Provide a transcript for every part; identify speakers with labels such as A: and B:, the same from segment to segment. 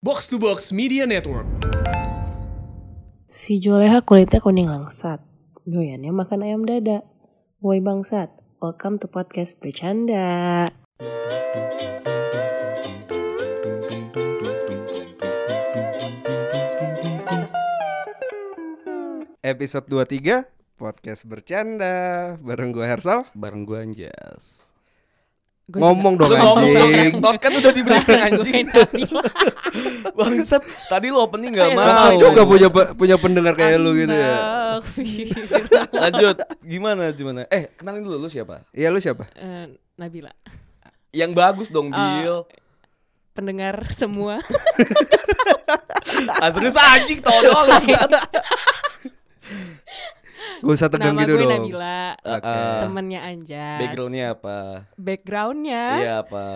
A: Box to Box Media Network.
B: Si Joleha kulitnya kuning langsat. Doyannya makan ayam dada. Woi bangsat, welcome to podcast bercanda.
C: episode 23 podcast bercanda bareng gue Hersal
D: bareng gue Anjas.
C: ngomong dong anjing
D: kan udah diberikan anjing. Bangsat, tadi lo opening gak
E: Ayo,
C: Masa
D: mau.
C: juga punya pe- punya pendengar kayak lu gitu ya
E: Astagfirullah.
D: Lanjut, gimana gimana? Eh, kenalin dulu lu siapa?
C: iya lu siapa
E: Eh, Nabila,
D: Yang bagus dong,
E: Ah.
D: Bil.
E: pendengar semua.
D: Asli Ah, anjing tau doang.
C: gak usah tegang
E: Nama
C: gitu
E: gue
C: dong
E: Nabila,
C: Oke.
E: temennya Anjas.
D: Backgroundnya apa?
E: Backgroundnya
D: Iya apa?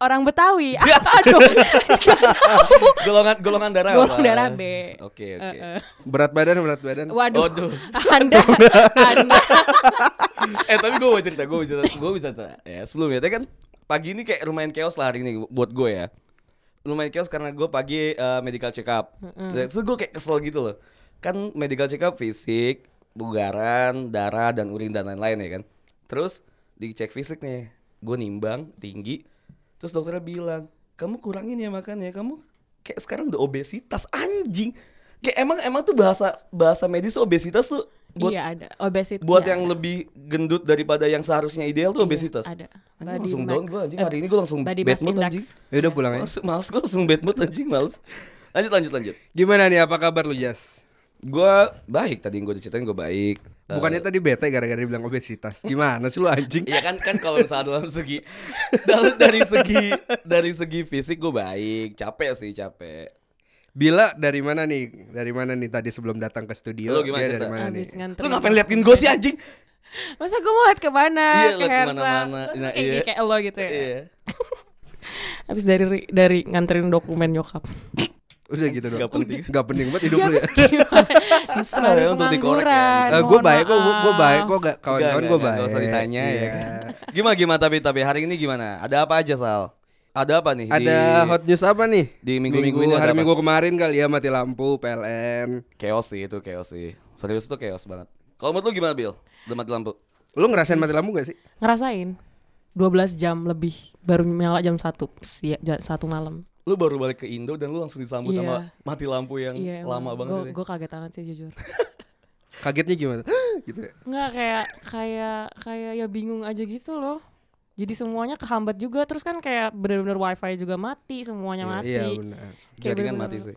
E: orang Betawi. Aduh,
D: Ah, Golongan golongan darah apa?
E: golongan darah B.
D: Oke,
E: Eh,
D: oke.
E: eh.
C: berat badan berat badan
E: Waduh,
D: Waduh.
E: Anda, Anda.
D: Eh, tapi gue mau cerita, gue mau cerita, gue mau cerita. Ya, sebelumnya tadi kan pagi ini kayak lumayan chaos lah hari ini buat gue ya. Lumayan chaos karena gue pagi eh, medical check up. Dan Terus gue kayak kesel gitu loh. Kan medical check up fisik, bugaran, darah dan urin dan lain-lain ya kan. Terus dicek fisik nih, gue nimbang tinggi. Terus dokternya bilang, kamu kurangin ya makannya, kamu kayak sekarang udah obesitas anjing. Kayak emang emang tuh bahasa bahasa medis tuh obesitas tuh buat
E: iya ada obesitas.
D: buat yang lebih gendut daripada yang seharusnya ideal tuh
E: Iya,
D: obesitas.
E: ada.
D: Anjing,
E: Body
D: langsung
E: mass-
D: down gue anjing
E: eh,
D: hari ini gue langsung
E: body
D: bad
E: mass
D: mood
E: index.
D: anjing.
C: ya udah pulang ya
D: Males, males gue langsung bad mood anjing males. Lanjut lanjut lanjut.
C: gimana nih apa kabar lu Jas
D: Gue baik tadi gue diceritain gue baik. Eh,
C: bukannya tadi bete gara-gara dibilang obesitas gimana sih lu anjing
D: Iya kan kan kalau misalnya dalam segi dal- dari segi dari segi fisik gue baik capek sih capek
C: Bila dari mana nih dari mana nih tadi sebelum datang ke studio
D: Lu gimana
C: dia dari
D: cerita?
C: mana nih
E: Abis nganterin.
D: lu ngapain liatin gue sih anjing
E: Masa gue mau liat kemana?
D: Iya,
E: ke
D: liat
E: Hersa.
D: kemana-mana.
E: Terus
D: Nah,
E: Ah, kayak,
D: iya.
E: kayak lo gitu ya.
D: iya
E: Abis dari dari nganterin dokumen nyokap.
C: udah gitu dong
D: Gak penting.
C: Gak penting banget
E: Iya,
C: hidup lu ya
E: susah
D: ya untuk dikorek
C: Eh,
D: ya.
C: gue baik kok gue baik kok gak- kawan-kawan gue
D: Enggak, enggak,
C: baik
D: enggak usah ditanya ya
C: Iya.
D: kan. gimana gimana tapi tapi hari ini gimana ada apa aja Sal ada apa nih di-
C: Ada hot news apa nih?
D: di minggu-minggu ini ada
C: hari
D: apa?
C: minggu kemarin kali ya mati lampu PLN.
D: Chaos sih itu chaos sih. Serius tuh chaos banget. Kalau menurut lu gimana Bill? Demat lampu.
C: Lu ngerasain mati lampu gak sih?
E: ngerasain 12 jam lebih baru nyala jam 1 siang satu malam.
D: Lu baru balik ke Indo dan lu langsung disambut
E: Iya.
D: sama mati lampu yang lama banget ya. ini.
E: Gue kaget banget sih jujur.
C: Kagetnya gimana? gitu ya.
E: Enggak kayak kayak kayak ya bingung aja gitu loh. Jadi semuanya kehambat juga terus kan kayak bener-bener wifi juga mati semuanya
C: Iya,
E: mati.
C: Iya benar.
E: Kayak
D: Jaringan
E: bener-bener-
D: kan mati sih.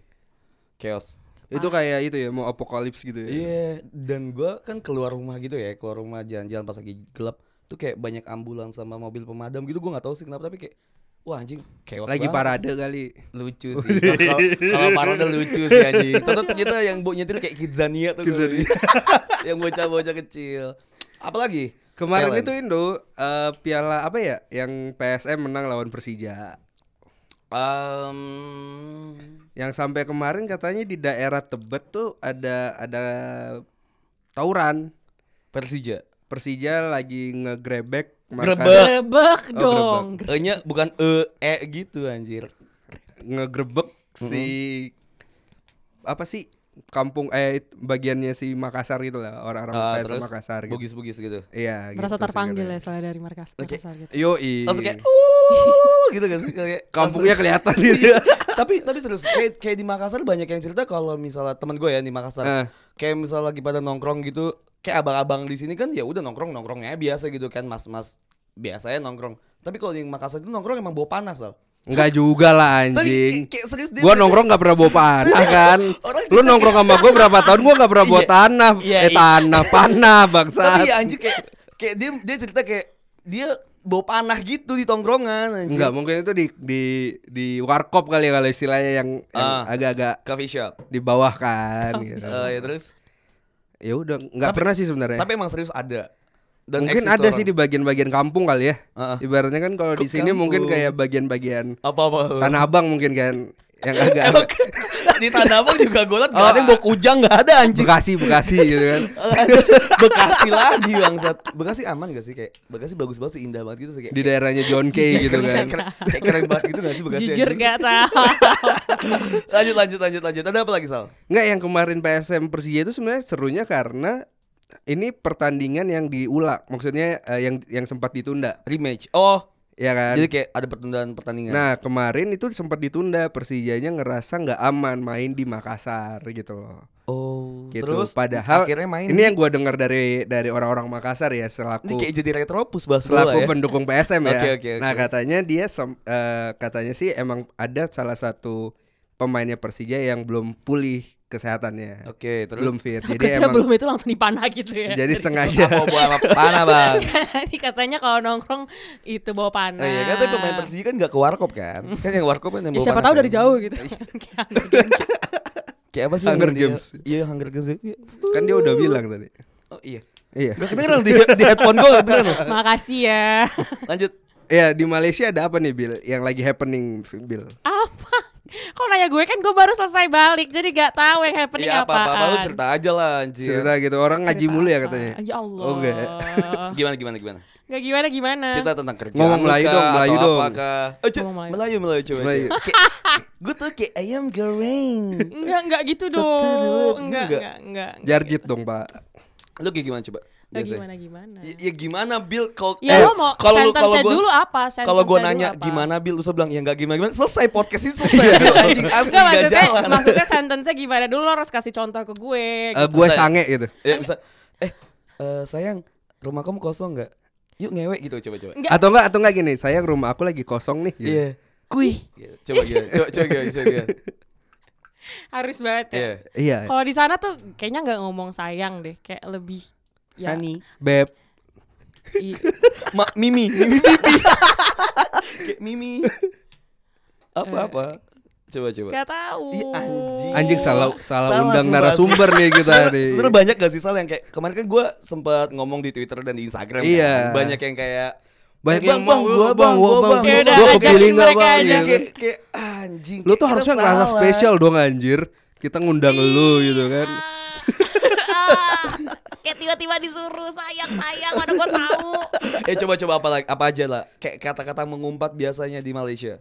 D: Chaos.
C: Itu kayak itu ya mau apokalips gitu ya.
D: Iya, dan gua kan keluar rumah gitu ya, keluar rumah jalan-jalan pas lagi gelap tuh kayak banyak ambulans sama mobil pemadam gitu gua nggak tahu sih kenapa tapi kayak wah anjing chaos
C: Lagi
D: banget.
C: parade kali. Oh,
D: lucu sih
C: iya.
D: kalau kalau parade lucu sih anjing Tentu ternyata yang bu nyetir kayak Kidzania tuh kali. yang bocah-bocah kecil apalagi
C: Kemarin
D: Thailand.
C: itu Indo eh, piala apa ya yang PSM menang lawan Persija.
D: Em,
C: Yang sampai kemarin katanya di daerah Tebet tuh ada ada tawuran.
D: Persija.
C: Persija lagi ngegrebek
D: Grebek.
E: Grebek
C: Oh,
E: dong.
D: E-nya bukan e e gitu anjir.
C: ngegrebek si apa sih kampung eh bagiannya si Makassar gitu lah orang-orang
D: Ah,
C: PS Makassar gitu.
D: bugis-bugis gitu.
C: Iya,
E: Merasa
C: gitu
E: terpanggil ya soalnya dari markas
D: Oke.
E: Makassar gitu.
C: Yo,
D: Langsung kayak "Uh," gitu kan sih kayak
C: Iya. kampungnya kelihatan
D: langsung- Iya.
C: gitu.
D: tapi tapi serius kayak, kayak di Makassar banyak yang cerita kalau misalnya teman gue ya di
C: Eh.
D: Makassar kayak misalnya lagi pada nongkrong gitu kayak abang-abang di sini kan ya udah nongkrong nongkrongnya biasa gitu kan mas-mas biasanya nongkrong tapi kalau di Makassar itu nongkrong emang bawa panas Sal.
C: Enggak juga lah
D: Tapi
C: anjing.
D: kayak, kayak serius dia
C: Gua nongkrong gak pernah bawa panah kan.
D: Orang
C: Lu
D: cerita
C: nongkrong sama gua berapa tahun gua gak pernah bawa
D: Iya.
C: tanah.
D: Iya,
C: Eh
D: iya.
C: tanah panah bangsa.
D: tapi ya anjir kayak kayak dia dia cerita kayak dia bawa panah gitu di tongkrongan anjir.
C: Enggak, mungkin itu di di di warkop kali ya kalau istilahnya yang yang
D: Ah.
C: agak-agak
D: coffee shop.
C: di bawah kan gitu.
D: Eh, ya terus
C: Ya udah nggak
D: Tapi-
C: pernah sih sebenarnya.
D: tapi emang serius ada.
C: Eh. mungkin ada sih di bagian-bagian kampung kali ya.
D: Heeh.
C: Ibaratnya kan kalau di
D: Ke
C: sini mungkin
D: kampung.
C: kayak bagian-bagian
D: apa apa
C: Tanah Abang mungkin kan yang agak agak
D: di Tanah Abang juga gue liat
C: Oh.
D: gak ada yang bawa kujang gak ada anjing
C: Bekasi Bekasi gitu kan
D: Bekasi lagi bangsat Bekasi aman gak sih kayak Bekasi bagus banget sih indah banget gitu sih kayak
C: di daerahnya John Kay gitu
D: kayak
C: kan
D: Iya, keren, kayak keren banget gitu gak sih Bekasi
E: Jujur kan.
D: anjing?
E: gak tahu.
D: lanjut lanjut lanjut lanjut ada apa lagi Sal
C: nggak yang kemarin PSM Persija itu sebenarnya serunya karena ini pertandingan yang diulang maksudnya eh, yang yang sempat ditunda
D: rematch oh
C: ya kan
D: jadi ya. kayak ada pertundaan pertandingan
C: Nah kemarin itu sempat ditunda Persijanya ngerasa nggak aman main di Makassar gitu loh.
D: oh
C: Gitu.
D: terus
C: Padahal
D: akhirnya main
C: ini yang gua dengar dari dari orang-orang Makassar ya
D: ini
C: selaku
D: kayak jadi retropus bahas lu
C: selaku
D: lah ya
C: pendukung PSM ya.
D: Oke, oke, oke.
C: Nah katanya dia sem- eh, katanya sih emang ada salah satu pemainnya Persija yang belum pulih kesehatannya,
D: oke terus
C: belum fit. Jadi
E: Ketika
C: emang
E: belum itu langsung dipanah gitu ya.
C: jadi
E: Dari
C: sengaja
D: apa buah apa panah bang
E: Jadi katanya kalau nongkrong itu bawa panah.
D: Nah, iya kan tapi pemain Persija kan gak ke warkop kan Kan yang warkop kan yang
E: Ya,
D: bawa
E: siapa
D: panah
E: tahu
D: kan?
E: dari jauh gitu. Kayak Hunger Games.
D: Kayak apa sih
C: Hunger
D: yang dia-
C: Games.
D: Iya Hunger Games Iya.
C: kan dia udah bilang tadi.
D: Oh iya
C: Iya.
D: Gak kedengeran di, di headphone gue gak kedengeran loh.
E: Makasih ya.
D: Lanjut
C: Ya di Malaysia ada apa nih Bill yang lagi happening Bill?
D: Ah.
E: Apa? Kok nanya gue kan gue baru selesai balik jadi gak tahu yang happening
D: Iya apa-apa apa, lu
E: apaan.
D: cerita aja lah anjir
C: Cerita gitu orang ngaji mulu ya katanya.
E: Ya Allah.
C: Oh, enggak.
D: Gimana gimana gimana
E: Gak gimana gimana.
D: Cerita tentang kerjaan
C: Ngomong
D: lu
C: Melayu
D: kah,
C: dong, Melayu
D: atau
C: dong.
D: apakah? Oh, cu-
E: Ngomong Melayu.
D: Melayu Melayu coba
C: Melayu.
D: Gue tuh kayak ayam goreng
E: Enggak enggak gitu
D: Satu,
E: dong.
D: dua, tiga.
E: Enggak enggak enggak. Enggak
C: Jarjit dong pak.
D: Lu kayak gimana coba
E: Enggak
D: biasanya?
E: gimana gimana.
D: Ya, ya gimana Bill kalau eh,
E: Ya lo mau
D: kalau lu-
E: sentence
D: kalau gua-
E: dulu apa?
D: kalau
E: Sentence-nya
D: gue
E: dulu
D: nanya
E: apa?
D: gimana Bill, terus lu bilang ya nggak gimana gimana, selesai podcast ini
E: Iya.
D: selesai Bill, anjing asli
E: Enggak
D: nggak
E: maksudnya,
D: jalan.
E: maksudnya sentence-nya gimana dulu lo harus kasih contoh ke gue.
C: Eh, gue
D: Saya-
C: sange gitu.
D: Ya bisa, eh eh, sayang rumah kamu kosong nggak? Yuk ngewek gitu coba coba.
E: Enggak.
C: Atau enggak atau enggak gini, saya rumah aku lagi kosong nih. gitu.
D: Iya, kui. Gitu, Coba gitu, coba coba gitu, coba gitu.
E: Harus banget ya.
D: Iya.
C: Iya.
E: Kalau di sana tuh kayaknya nggak ngomong sayang deh, kayak lebih ya.
D: Hani.
C: Beb.
E: i-
D: Ma, Mimi, Mimi pipi. Kayak Mimi. Apa apa? Coba coba.
E: Gak tahu.
D: Ih, anjing.
C: Anjing salah salah,
D: Salah
C: undang
D: sumpah.
C: narasumber nih kita nih.
D: Sebenernya banyak gak sih Sal yang kayak kemarin kan gue sempat ngomong di Twitter dan di Instagram
C: Iya.
D: kan? Banyak yang kayak
C: Banyak
D: "Eh,
C: yang mau, "Gua
D: gua
C: bang, gua
E: Ya udah,
C: bang, gua
E: ajakin
C: kepilih nggak,
E: mereka
C: Bang?"
E: aja.
D: Iya,
C: Gitu.
D: kayak, kayak anjing.
C: Lu
D: kayak
C: tuh
D: kita
C: harusnya ngerasa
D: salah.
C: spesial dong anjir. Kita ngundang lu gitu kan.
E: iya, Ah, kayak tiba-tiba disuruh sayang sayang mana gue tahu
D: Eh coba-coba apa lagi- apa aja lah. Kayak kata-kata mengumpat biasanya di Malaysia.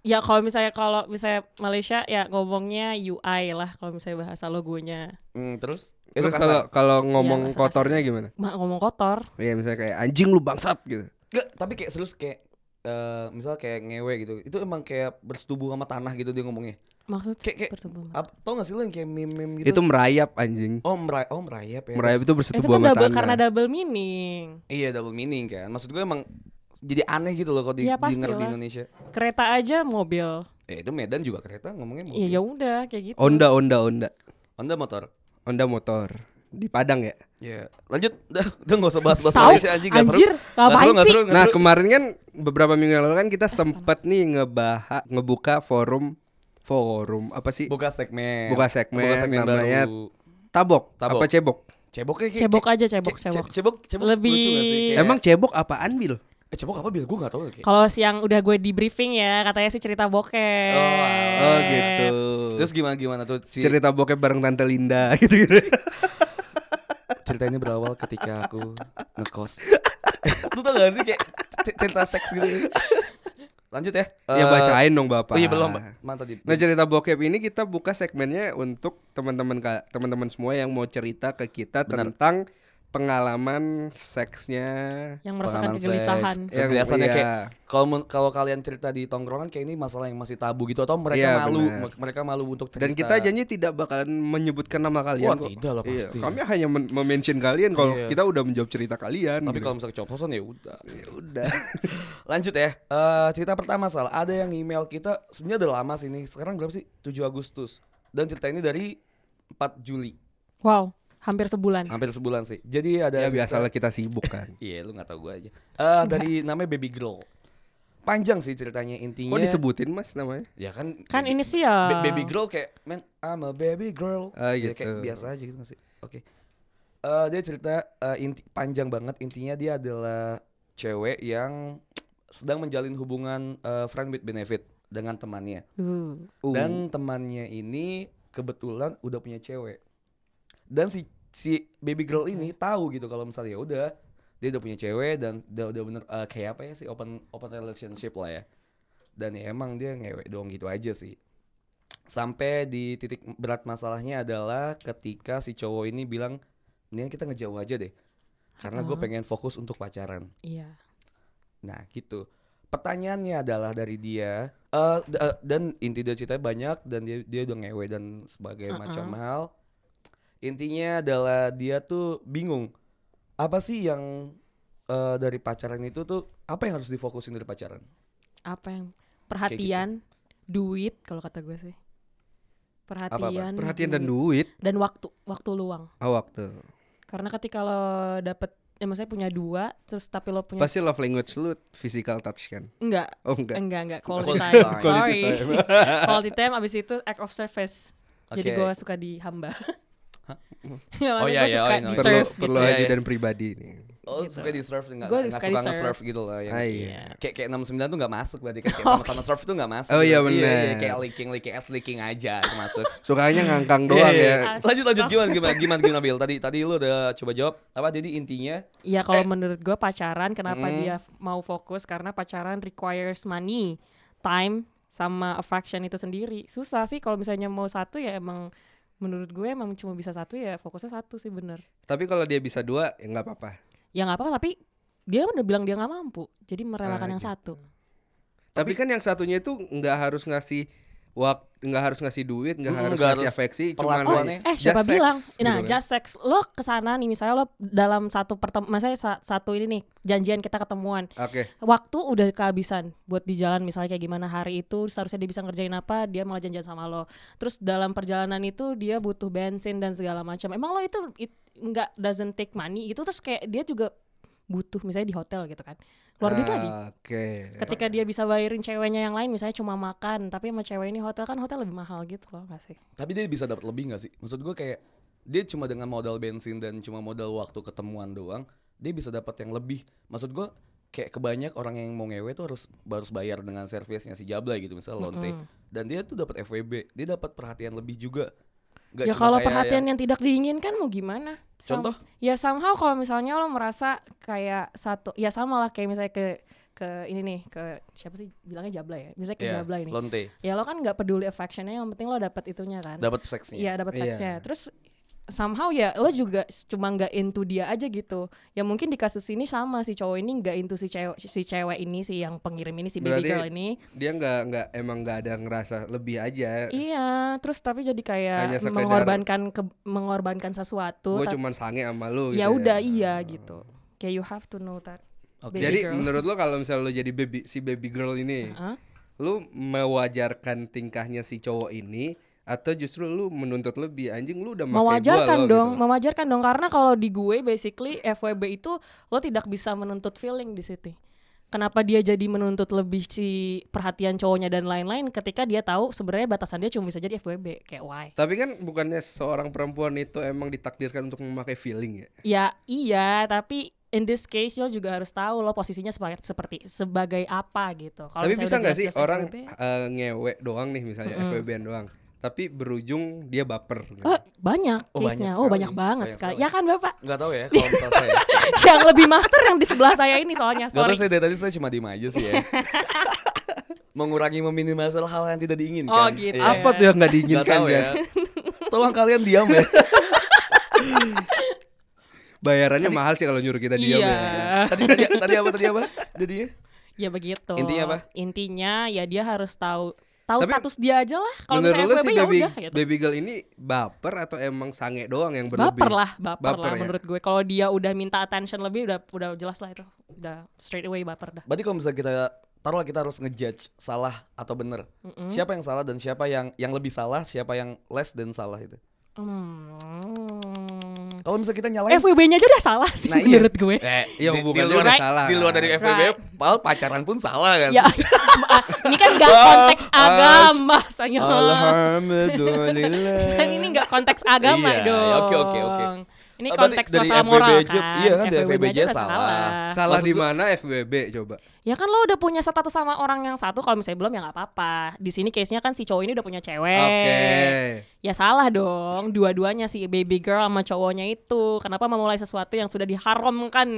E: ya kalau misalnya kalau misalnya Malaysia ya ngomongnya UI lah kalau misalnya bahasa logonya
D: Hmm, terus? Itu
C: Terus kalau
D: kasar.
C: kalau ngomong
E: kasar-kasar.
C: kotornya gimana?
E: mak ngomong kotor
C: Iya misalnya kayak anjing lu bangsat gitu.
D: Nggak, tapi kayak serius kayak eh misal kayak ngewe gitu. Itu emang kayak bersetubuh sama tanah gitu dia ngomongnya.
E: maksud
D: Kayak- kayak-
E: pertumbuhan.
D: Ap, tau gak sih lo yang kayak meme-meme gitu?
C: Itu merayap anjing.
D: oh, meray oh merayap ya.
C: Merayap itu
E: itu
C: bersetubuh
E: kan
C: sama
E: double
C: tanah.
E: karena double meaning
D: Iya double meaning kan. Maksud gue emang jadi aneh gitu loh kalau di
E: Iya,
D: denger di
E: pastilah.
D: Indonesia.
E: kereta aja mobil
D: Eh itu Medan juga kereta ngomongnya mobil.
E: ya ya udah kayak gitu
C: Onda onda onda.
D: Honda motor.
C: Onda motor. Di Padang ya.
D: Iya. Lanjut. Udah, udah gak usah bahas-bahas
E: Tahu,
D: Malaysia anjing gak
E: anjir,
D: seru.
E: ngapain
D: Nggak seru, nggak
E: sih?
D: seru, nggak
C: Nah
D: seru.
C: kemarin kan beberapa minggu yang lalu kan kita sempet nih ngebahas ngebuka forum forum apa sih
D: buka segmen.
C: Buka segmen, namanya-
D: baru.
C: tabok,
D: Tabok.
C: apa cebok?
D: Cebok kayak
E: cebok aja cebok
D: Ce-
E: cebok
D: ce- Cebok cebok
E: Lebih-
D: lucu gak sih? Kayak-
C: Emang cebok apaan bil?
D: eh, cebok apa bil gue gak tau kayak.
E: Kalau siang udah gue di briefing ya, katanya sih cerita bokeh.
D: Oh,
C: Oh gitu.
D: Terus gimana gimana tuh si
C: cerita bokep bareng tante Linda gitu gitu.
D: ceritanya berawal ketika aku ngekos. Lu tau gak sih kayak c- cerita seks gitu. Lanjut ya.
C: ya
D: Eh,
C: bacain dong bapak.
D: Oh iya belum. Mantap di.
C: Nah cerita bokep ini kita buka segmennya untuk teman-teman ka- teman-teman semua yang mau cerita ke kita
D: Benar.
C: tentang pengalaman seksnya.
E: Yang merasakan
D: Pengalaman seks,
E: kegelisahan.
C: Yang-
D: Ya, kegelisahannya
C: iya.
D: kayak kalau men- kalau kalian cerita di tongkrongan kayak ini masalah yang masih tabu gitu atau mereka
C: Iya,
D: malu
C: benar.
D: me- mereka malu untuk cerita.
C: Dan kita janji tidak bakalan menyebutkan nama kalian
D: Wah,
C: kok.
D: tidak lah
C: Iya,
D: pasti.
C: kami hanya men- mention kalian kalau
D: Iya.
C: kita udah menjawab cerita kalian.
D: tapi
C: gitu.
D: kalau misalnya coplosan ya udah.
C: Ya udah.
D: Lanjut ya. Eh, cerita pertama Sal, ada yang email kita sebenarnya udah lama sih ini. Sekarang berapa sih? 7 Agustus. Dan cerita ini dari 4 Juli.
E: Wow, hampir sebulan.
D: Hampir sebulan sih. Jadi ada
C: ya
D: cerita-
C: biasalah kita sibuk kan.
D: Iya, lu gak tau gue aja. Eh, dari namanya Baby Girl. Panjang sih ceritanya intinya.
C: Kok disebutin mas namanya?
D: Ya kan
E: Kan ini
D: baby-
E: sih ya.
D: Ba- baby girl kayak man I'm a baby girl
C: Iya. Ah,
D: Ya,
C: gitu.
D: kayak biasa aja gitu masih oke Eh, dia cerita eh, inti panjang banget intinya dia adalah cewek yang sedang menjalin hubungan eh, friend with benefit dengan temannya
E: Uh,
D: dan temannya ini kebetulan udah punya cewek dan si si baby girl ini tahu gitu kalau misalnya ya udah dia udah punya cewek dan udah udah bener eh, kayak apa ya sih open open relationship lah ya dan ya emang dia ngewek doang gitu aja sih sampai di titik berat masalahnya adalah ketika si cowok ini bilang mendingan kita ngejauh aja deh karena gue
E: Ah.
D: pengen fokus untuk pacaran
E: iya.
D: Nah gitu. Pertanyaannya adalah dari dia eh, d- eh, dan inti dari ceritanya banyak dan dia dia udah ngewe dan sebagai
E: Uh-uh.
D: macam hal. Intinya adalah dia tuh bingung apa sih yang eh, dari pacaran itu tuh apa yang harus difokusin dari pacaran?
E: Apa yang perhatian,
D: gitu.
E: duit kalau kata gue sih. Perhatian,
C: Perhatian dan duit
E: dan waktu, waktu luang.
C: oh, waktu.
E: Karena ketika lo dapet ya maksudnya punya dua terus tapi lo punya
C: Pasti love language lu physical touch kan?
E: enggak
C: Oh enggak.
E: enggak enggak quality
D: Quality
E: time
D: time.
E: sorry quality time abis itu act of service jadi
D: Oke.
E: gue suka di hamba Nggak,
D: Oh,
E: maksudnya
D: iya,
E: gua
D: iya,
E: suka di
D: oh, iya, iya.
C: perlu
E: serve
C: perlu
D: gitu.
C: aja
D: Iya, iya.
C: dan pribadi nih.
D: Oh
E: Gitu.
D: suka di surf enggak?
E: Gua
D: enggak
E: suka
D: suka
E: di surf.
D: nge-surf gitu lah yang
C: Ah,
E: Iya.
C: iya.
D: kayak kayak 69 tuh nggak masuk berarti kan kayak sama-sama surf tuh nggak masuk.
C: Oh, iya,
D: berarti.
C: bener.
D: kayak leaking leaking as leaking aja masuk.
C: Sukanya ngangkang doang
D: Iya, iya.
C: ya.
D: Lanjut lanjut gimana gimana gimana gimana Bil? Tadi tadi lu udah coba jawab apa jadi intinya
E: Iya
C: Eh.
E: kalau menurut gue pacaran kenapa
C: Mm-hmm.
E: dia f- mau fokus karena pacaran requires money, time sama affection itu sendiri. Susah sih kalau misalnya mau satu ya emang menurut gue emang cuma bisa satu ya fokusnya satu sih bener.
C: Tapi kalau dia bisa dua ya nggak apa-apa.
E: Ya nggak apa-apa tapi dia udah bilang dia nggak mampu, jadi merelakan yang satu.
C: Tapi kan yang satunya itu nggak harus ngasih waktu, nggak harus ngasih duit, nggak
D: Mm-mm,
C: harus
D: nggak
C: ngasih
D: harus
C: afeksi,
E: Oh,
C: cuman
D: perlakuannya. Soalnya
E: eh
C: just
E: siapa
C: sex,
E: bilang?
C: gitu
E: Nah,
C: kan.
E: just sex. Lo kesana nih misalnya lo dalam satu pertemuan, saya satu ini nih janjian kita ketemuan.
C: Oke,
E: waktu udah kehabisan buat di jalan misalnya kayak gimana hari itu seharusnya dia bisa ngerjain apa dia malah janjian sama lo terus dalam perjalanan itu dia butuh bensin dan segala macam emang lo itu it- nggak doesn't take money gitu terus kayak dia juga butuh misalnya di hotel gitu kan keluar duit
C: Ah,
E: lagi
C: Oke.
D: Ya.
E: ketika dia bisa bayarin ceweknya yang lain misalnya cuma makan tapi sama cewek ini hotel kan hotel lebih mahal gitu loh nggak sih
D: Tapi dia bisa dapat lebih nggak sih? Maksud gue kayak dia cuma dengan modal bensin dan cuma modal waktu ketemuan doang, dia bisa dapat yang lebih. Maksud gue kayak kebanyak orang yang mau ngewe tuh harus harus bayar dengan servisnya si Jablay gitu misalnya Lonte. Dan dia tuh dapat FWB, dia dapat perhatian lebih juga. Nggak
E: ya
D: cuma
E: kalau
D: kayak
E: perhatian
D: yang-
E: yang... tidak diinginkan mau gimana? Some-
D: Contoh?
E: Ya somehow kalau misalnya lo merasa kayak satu, ya sama lah kayak misalnya ke ke ini nih ke siapa sih bilangnya jabla ya, misalnya ke
D: Iya,
E: jabla ini.
D: Lonte,
E: Ya lo kan nggak peduli affectionnya, yang penting lo dapat itunya kan.
D: dapat seksnya.
E: Iya dapat
C: Iya.
E: seksnya. Terus somehow ya lo juga s- cuma nggak into dia aja gitu. Ya mungkin di kasus ini sama si cowok ini nggak into si cewek si cewek ini si yang pengirim ini si baby
C: Berarti-
E: girl ini.
C: Dia nggak nggak emang nggak ada ngerasa lebih aja.
E: Iya, terus tapi jadi
C: eh,
E: kayak
C: Hanya sekedar-
E: mengorbankan ke, mengorbankan sesuatu.
C: Gue
E: tapi-
C: cuman sange sama lu. gitu
E: ya udah iya gitu kayak you have to know that baby
D: Oke.
C: Jadi
E: girl.
C: menurut lo kalau misalnya lo jadi baby si baby girl ini,
E: Heeh.
C: lu mewajarkan tingkahnya si cowok ini atau justru lu menuntut lebih anjing lu udah makai
E: mewajarkan
C: gua, lo,
E: dong
C: gitu.
E: mewajarkan dong karena kalau di gue basically FWB itu lo tidak bisa menuntut feeling di situ Kenapa dia jadi menuntut lebih si perhatian cowoknya dan lain-lain ketika dia tahu sebenarnya batasan dia cuma bisa jadi FWB kayak why?
C: Tapi kan bukannya seorang perempuan itu emang ditakdirkan untuk memakai feeling ya?
E: Ya iya tapi in this case lo juga harus tahu lo posisinya sebagai seperti sebagai apa gitu. Kalau
C: Tapi
E: misalnya
C: bisa
E: udah
C: nggak sih
E: jelas-jelas
C: orang
E: FWB,
C: eh, ngewe doang nih misalnya FWB-an doang, tapi berujung dia baper. gitu?
E: Oh, banyak
D: Oh, banyak
E: case-nya. Oh, banyak,
D: sekali.
E: banget
D: Banyak
E: sekali.
D: sekali.
E: Ya kan Bapak?
D: Nggak tahu ya kalau misalnya saya.
E: yang lebih master yang di sebelah saya ini soalnya
D: Gak tau
E: sorry
D: saya dari tadi saya cuma diem aja sih ya. Mengurangi meminimalisir hal yang tidak diinginkan.
E: Oh, gitu.
D: Iya.
C: Apa tuh yang nggak
D: Nggak
C: diinginkan
D: tahu
C: ya?
D: ya. Tolong kalian diam ya.
C: Bayarannya mahal sih kalau nyuruh kita diam
E: iya
C: ya.
D: tadi tadi tadi apa tadi apa? Jadinya?
E: ya begitu
D: Intinya apa?
E: intinya ya dia harus tahu tahu
C: Tapi
E: status dia aja lah kalau
C: Menurut
E: misalnya
C: lu
E: FWB
C: sih
E: ya
C: baby,
E: udah gitu
C: baby girl ini baper atau emang sange doang yang berlebih?
E: baper lah baper, lah
C: Baper ya?
E: menurut gue kalau dia udah minta attention lebih udah udah jelas lah itu udah straight away baper dah
D: Berarti kalau misalnya kita taruhlah kita harus ngejudge salah atau benar. Siapa yang salah dan siapa yang yang lebih salah, siapa yang less dan salah itu.
E: hmm.
D: Kalau misalnya kita nyalain
E: FWB-nya aja udah salah sih
D: Nah, iya.
E: menurut gue
D: eh,
C: Ya, hubungannya
D: luar,
C: udah salah
D: Di luar
C: kan?
D: dari FWB,
E: Right.
D: pal pacaran pun salah kan.
E: ya ah, ini kan gak konteks agama sayang
D: Alhamdulillah.
E: kan ini nggak konteks agama
D: Iya,
E: dong.
D: oke, oke, oke.
E: Ini
D: Ah, berarti
E: konteks
D: dari
E: masalah
D: FWB
E: moral
D: aja-
E: kan.
D: iya kan, dari
E: FWB aja
D: FWB aja
E: udah
D: salah.
C: Salah di
D: Maksud gua-
C: mana FWB coba?
E: ya kan lo udah punya status sama orang yang satu kalau misalnya belum ya nggak apa-apa di sini case nya kan si cowok ini udah punya cewek ya salah dong dua-duanya si baby girl sama cowoknya itu kenapa memulai sesuatu yang sudah diharamkan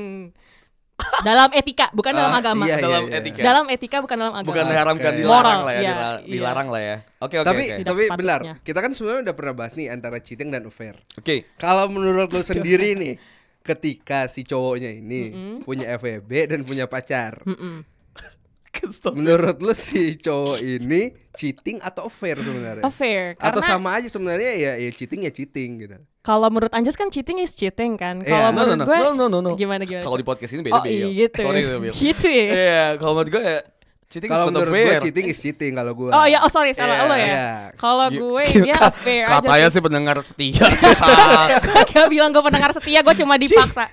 E: dalam etika bukan dalam
D: Ah,
E: agama
C: iya,
D: dalam
C: iya.
D: etika.
E: dalam etika bukan dalam agama
D: Bukan diharamkan
C: Oke.
D: dilarang
E: Moral,
D: lah ya,
E: iya,
D: dila-
E: iya.
D: dilarang lah ya. Oke oke
C: tapi
D: oke.
E: Tidak
C: tapi
E: sepatutnya.
C: benar kita kan sebenarnya udah pernah bahas nih antara cheating dan affair
D: Oke.
C: kalau menurut lo sendiri nih ketika si cowoknya ini punya FWB dan punya pacar
E: Mm-mm.
D: Stop.
C: menurut lo si cowok ini cheating atau affair sebenarnya
E: affair
C: atau
E: karena
C: sama aja sebenarnya ya, ya cheating ya cheating gitu
E: kalau menurut Anjas kan cheating is cheating kan
C: Iya.
E: kalau
D: No, no,
E: menurut
D: no.
E: gue
D: No, no, no, no.
E: gimana gimana
D: Kalau di podcast ini
E: oh
D: beda Bil.
E: iya gitu
D: Sorry
E: ya.
D: tuh, Bil.
E: gitu ya
D: Iya, kalau menurut gue ya, cheating is
C: kalau
D: not a
C: menurut gue
D: fair.
C: cheating is cheating kalau gue
E: oh ya oh sorry salah
D: Iya,
E: lo
C: iya.
E: ya kalau
D: Gi-
E: gue
D: gi-
E: dia
D: kat-
E: affair
D: Katanya
E: aja
D: sih pendengar setia susah.
E: Gak bilang gue pendengar setia, gue cuma dipaksa.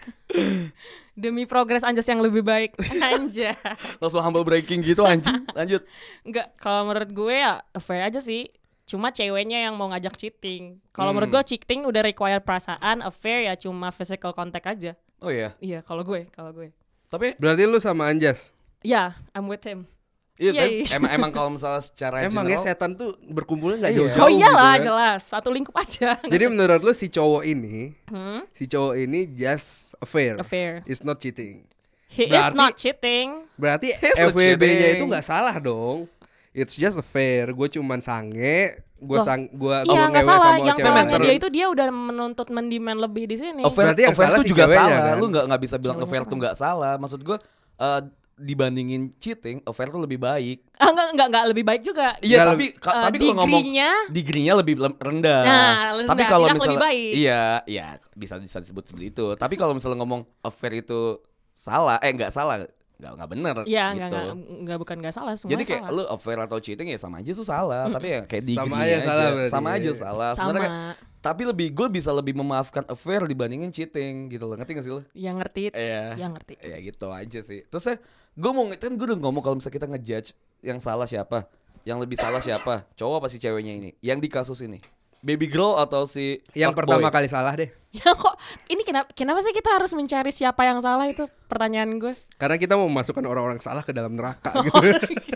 E: Demi progres Anjas yang lebih baik. Anja.
D: Langsung humble breaking gitu anjing. Lanjut.
E: Enggak, kalau menurut gue ya fair aja sih. Cuma ceweknya yang mau ngajak cheating. Kalau menurut
C: Hmm.
E: gue cheating udah require perasaan, affair ya cuma physical contact aja.
D: Oh iya.
E: Iya, kalau gue, kalau gue.
D: Tapi
C: berarti lu sama Anjas
E: Ya, I'm with him.
D: iya,
E: Iya,
D: tapi
E: iya.
D: emang emang kalau misalnya secara
C: emang ya
D: general,
C: setan tuh berkumpulnya nggak
D: Iya.
C: jauh-jauh
E: oh iyalah,
C: gitu ya.
E: jelas. Satu lingkup aja.
C: jadi menurut lu si cowok ini
E: Hmm?
C: si cowok ini just affair
E: Affair.
C: it's not cheating
E: He is
C: Berarti-
E: not cheating.
C: Berarti
D: He's a cheating.
C: FWB-nya itu nggak salah dong. It's just a fair. Gue cuman sange, gue
E: Loh,
C: sang, gue
E: iya, nggak salah. Yang
D: cewek.
E: salahnya
D: Bentar.
E: dia itu dia udah menuntut mendemand lebih di sini.
D: affair,
C: Berarti yang
D: affair
C: salah
D: oh, tuh
C: si
D: juga
C: ceweknya,
D: salah.
C: kan?
D: Lu nggak nggak bisa bilang
E: Ceweknya
D: affair tuh
E: salah.
D: nggak salah. Maksud gue eh, dibandingin cheating, affair tuh lebih baik.
E: Ah, enggak, enggak, enggak lebih baik juga.
C: Nggak
D: Iya, tapi ka-
E: Eh,
D: tapi kalau ngomong
E: degree-nya?
D: degree-nya lebih lem- rendah.
E: Nah, rendah,
D: Tapi kalau
E: tidak lebih
D: misalnya
E: baik.
D: iya, iya bisa bisa disebut seperti itu. Tapi kalau misalnya ngomong affair itu salah, eh nggak salah, nggak nggak benar
E: Iya, enggak,
D: gitu.
E: enggak, enggak, bukan enggak salah semua
D: Jadi kayak
E: salah.
D: lu affair atau cheating ya sama aja tuh salah, tapi ya kayak
C: Sama
D: degree
C: aja
D: aja,
C: salah berarti. iya.
D: sama aja salah. Sebenarnya kayak-
E: sama
D: tapi lebih gue bisa lebih memaafkan affair dibandingin cheating gitu loh. Ngerti gak sih lo?
E: yang Ya, ngerti
D: Iya.
E: yang ngerti.
D: Ya gitu aja sih. Terus ya, gue mau kan gue udah ngomong kalau misalnya kita ngejudge yang salah siapa, yang lebih salah siapa, cowok apa si ceweknya ini, yang di kasus ini, baby girl atau si
C: Yang
D: fuck
C: pertama kan.
D: boy?
C: kali salah deh.
E: Ya kok ini kenapa kenapa sih kita harus mencari siapa yang salah itu pertanyaan gue.
C: Karena kita mau memasukkan orang-orang salah ke dalam neraka
E: Oh.
C: gitu.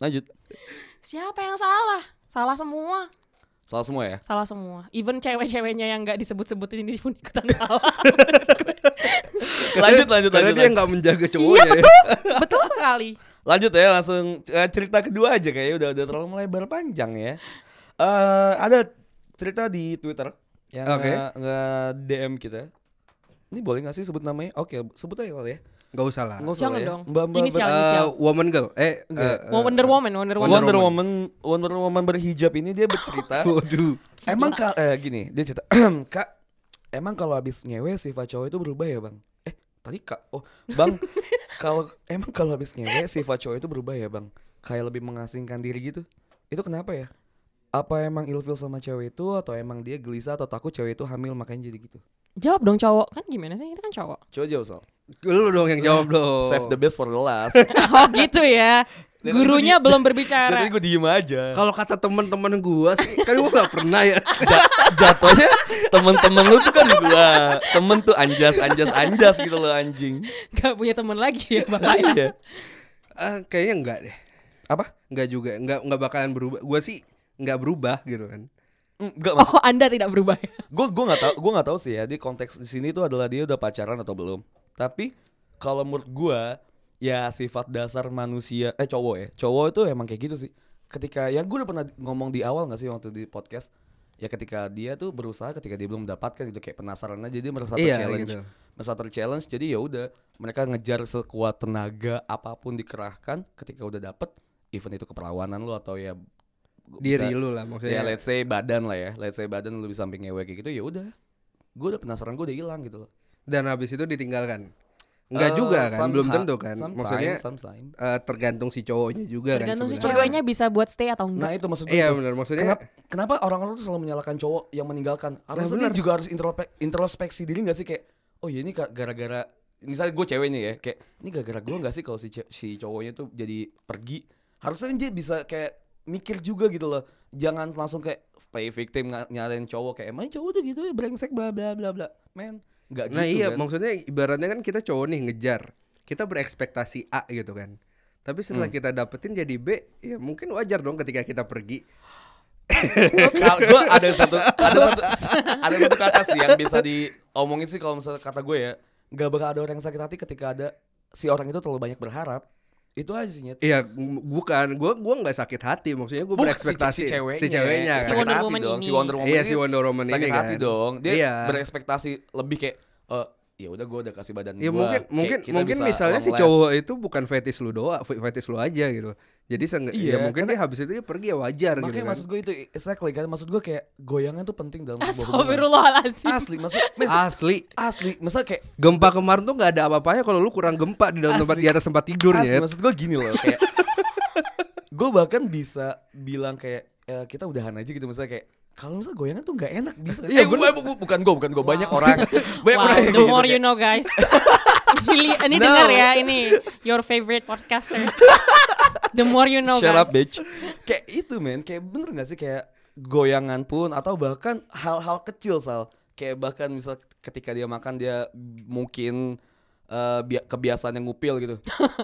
D: Lanjut,
E: Siapa yang salah? Salah semua,
D: salah semua ya.
E: salah semua. Even cewek-ceweknya yang nggak disebut-sebutin ini pun ikutan salah.
D: Lanjut, lanjut,
C: Karena
D: lanjut.
C: dia
D: lanjut.
C: nggak menjaga
E: iya
C: cowoknya.
E: betul, betul sekali.
D: Lanjut ya langsung eh, cerita kedua aja kayaknya udah udah terlalu melebar panjang ya. Eh ada cerita di Twitter yang
C: Oke.
D: nge- nge- DM kita. Ini boleh gak sih sebut namanya? Oke, sebut aja kali ya.
C: Gak usah lah.
D: Nggak usah
E: Jangan
D: lah ya.
E: dong.
D: Mbak, mbak,
E: Inisial,
D: mbak-
C: Eh,
E: inisial.
C: woman girl. Eh, eh,
D: Enggak.
C: eh.
E: Wonder Woman, Wonder Woman.
D: Wonder, Woman. Wonder Woman berhijab ini dia bercerita.
C: Waduh.
D: emang kak eh, gini dia cerita kak emang kalau habis ngewe sifat cowok itu berubah ya bang? Eh tadi kak oh bang kalau emang kalau habis ngewe sifat cowok itu berubah ya bang? Kayak lebih mengasingkan diri gitu. Itu kenapa ya? Apa emang ilfil sama cewek itu atau emang dia gelisah atau takut cewek itu hamil makanya jadi gitu?
E: Jawab dong cowok. Kan gimana sih? Itu kan cowok.
D: Coba jawab soal.
C: eh, Lu dong yang jawab dong.
D: Save the best for the last.
E: Oh gitu ya. Gurunya belum berbicara.
D: Jadi gue diem aja.
C: Kalau kata teman-teman gua sih, kan gua nggak pernah ya.
D: Ja- jatuhnya temen-temen lu tuh kan gua temen tuh anjas anjas anjas gitu loh anjing
E: Gak punya teman lagi ya, Bapak.
C: Nah.
D: iya
C: Ah, kayaknya enggak deh.
D: apa
C: Enggak juga. Enggak enggak bakalan berubah. Gua sih enggak berubah gitu kan.
D: enggak mas
E: Oh, Anda tidak berubah ya.
D: Mm,
C: Oh.
D: gua gua nggak tahu gua nggak tahu sih ya di konteks di sini tuh adalah dia udah pacaran atau belum tapi kalau menurut gua ya sifat dasar manusia eh cowok ya cowok itu emang kayak gitu sih ketika ya gua udah pernah ngomong di awal nggak sih waktu di podcast ya ketika dia tuh berusaha ketika dia belum mendapatkan gitu kayak penasaran aja dia merasa
C: Iya,
D: challenge
C: gitu.
D: masa challenge jadi ya udah mereka ngejar sekuat tenaga apapun dikerahkan ketika udah dapet event itu keperawanan lo atau ya bisa-
C: Diri lu lah maksudnya.
D: ya let's say badan lah ya let's say badan lu bisa samping ngewe kayak gitu ya udah gue udah penasaran gue udah hilang gitu loh
C: dan habis itu ditinggalkan. Enggak
D: Eh,
C: juga kan, belum
D: somehow-
C: tentu kan.
D: sometime,
C: Maksudnya
D: sometime.
C: eh, tergantung si cowoknya juga
E: Tergantung
C: kan.
E: si
C: sebenarnya.
E: ceweknya bisa buat stay atau
D: nah
E: enggak.
D: itu maksud gue
C: Iya
D: tuh.
C: benar maksudnya Nah,
D: Kenapa, kenapa orang-orang tuh selalu menyalahkan cowok yang meninggalkan? Harusnya dia
C: bener.
D: juga harus intrope- introspeksi diri gak sih kayak, oh ya ini ka- gara-gara misalnya gue cewek nih ya, kayak ini gara-gara gue gak sih kalau si ce- si cowoknya tuh jadi pergi? Harusnya kan dia bisa kayak mikir juga gitu loh. Jangan langsung kayak play victim nga- nyalain cowok kayak emang cowok tuh gitu ya brengsek bla bla bla bla. Men, gak
C: Nah
D: gitu
C: iya
D: kan.
C: maksudnya ibaratnya kan kita cowok nih ngejar. kita berekspektasi A gitu kan tapi setelah
D: Hmm.
C: kita dapetin jadi B ya mungkin wajar dong ketika kita pergi
D: Kalau gue ada satu ada satu ada satu kata sih yang bisa diomongin sih kalau misalnya kata gue ya nggak bakal ada orang yang sakit hati ketika ada si orang itu terlalu banyak berharap itu aja sih Nyet.
C: Iya, m- bukan. Gua gua nggak sakit hati. Maksudnya gua
D: Bukan,
C: berekspektasi
D: si, si ceweknya,
C: Si ceweknya
E: Si
C: kan.
E: Wonder
D: hati
E: Woman
D: dong,
E: ini.
D: si Wonder Woman
C: Iya,
D: ini
C: si Wonder Woman
D: sakit
C: ini kan.
D: hati dong dia
C: Iya.
D: berekspektasi lebih kayak eh ya udah gue udah kasih badan
C: Ya
D: gue
C: mungkin mungkin mungkin misalnya si cowok itu bukan fetish lu doa, fe- fetish lu aja gitu. Jadi sengge-
D: Iya,
C: ya mungkin dia habis itu dia pergi ya wajar
D: makanya
C: gitu kan.
D: maksud gue itu exactly kan maksud gue kayak goyangan tuh penting dalam sebuah hubungan
E: Astagfirullahaladzim.
D: asli maksud men,
C: Asli
D: asli masa kayak
C: gempa kemarin tuh nggak ada apa-apanya kalau lu kurang gempa di dalam tempat
D: Asli.
C: di atas tempat tidurnya.
D: Asli, maksud gue gini loh kayak gue bahkan bisa bilang kayak eh, kita udahan aja gitu misalnya kayak kalau misalnya goyangan tuh nggak enak bisa.
C: Iya,
D: eh, gue
C: bener.
D: bukan gue bukan gue banyak
E: Wow.
D: orang banyak
E: Wow,
D: orang yang
E: the
D: gitu,
E: more
D: kayak-
E: you know guys. Jili, ini
D: No.
E: dengar ya ini your favorite podcasters. The more you know
D: Shut
E: guys.
D: up bitch. kayak itu men, kayak bener gak sih kayak goyangan pun atau bahkan hal-hal kecil Sal. Kayak bahkan misal ketika dia makan dia mungkin eh, bia- kebiasaan yang ngupil gitu.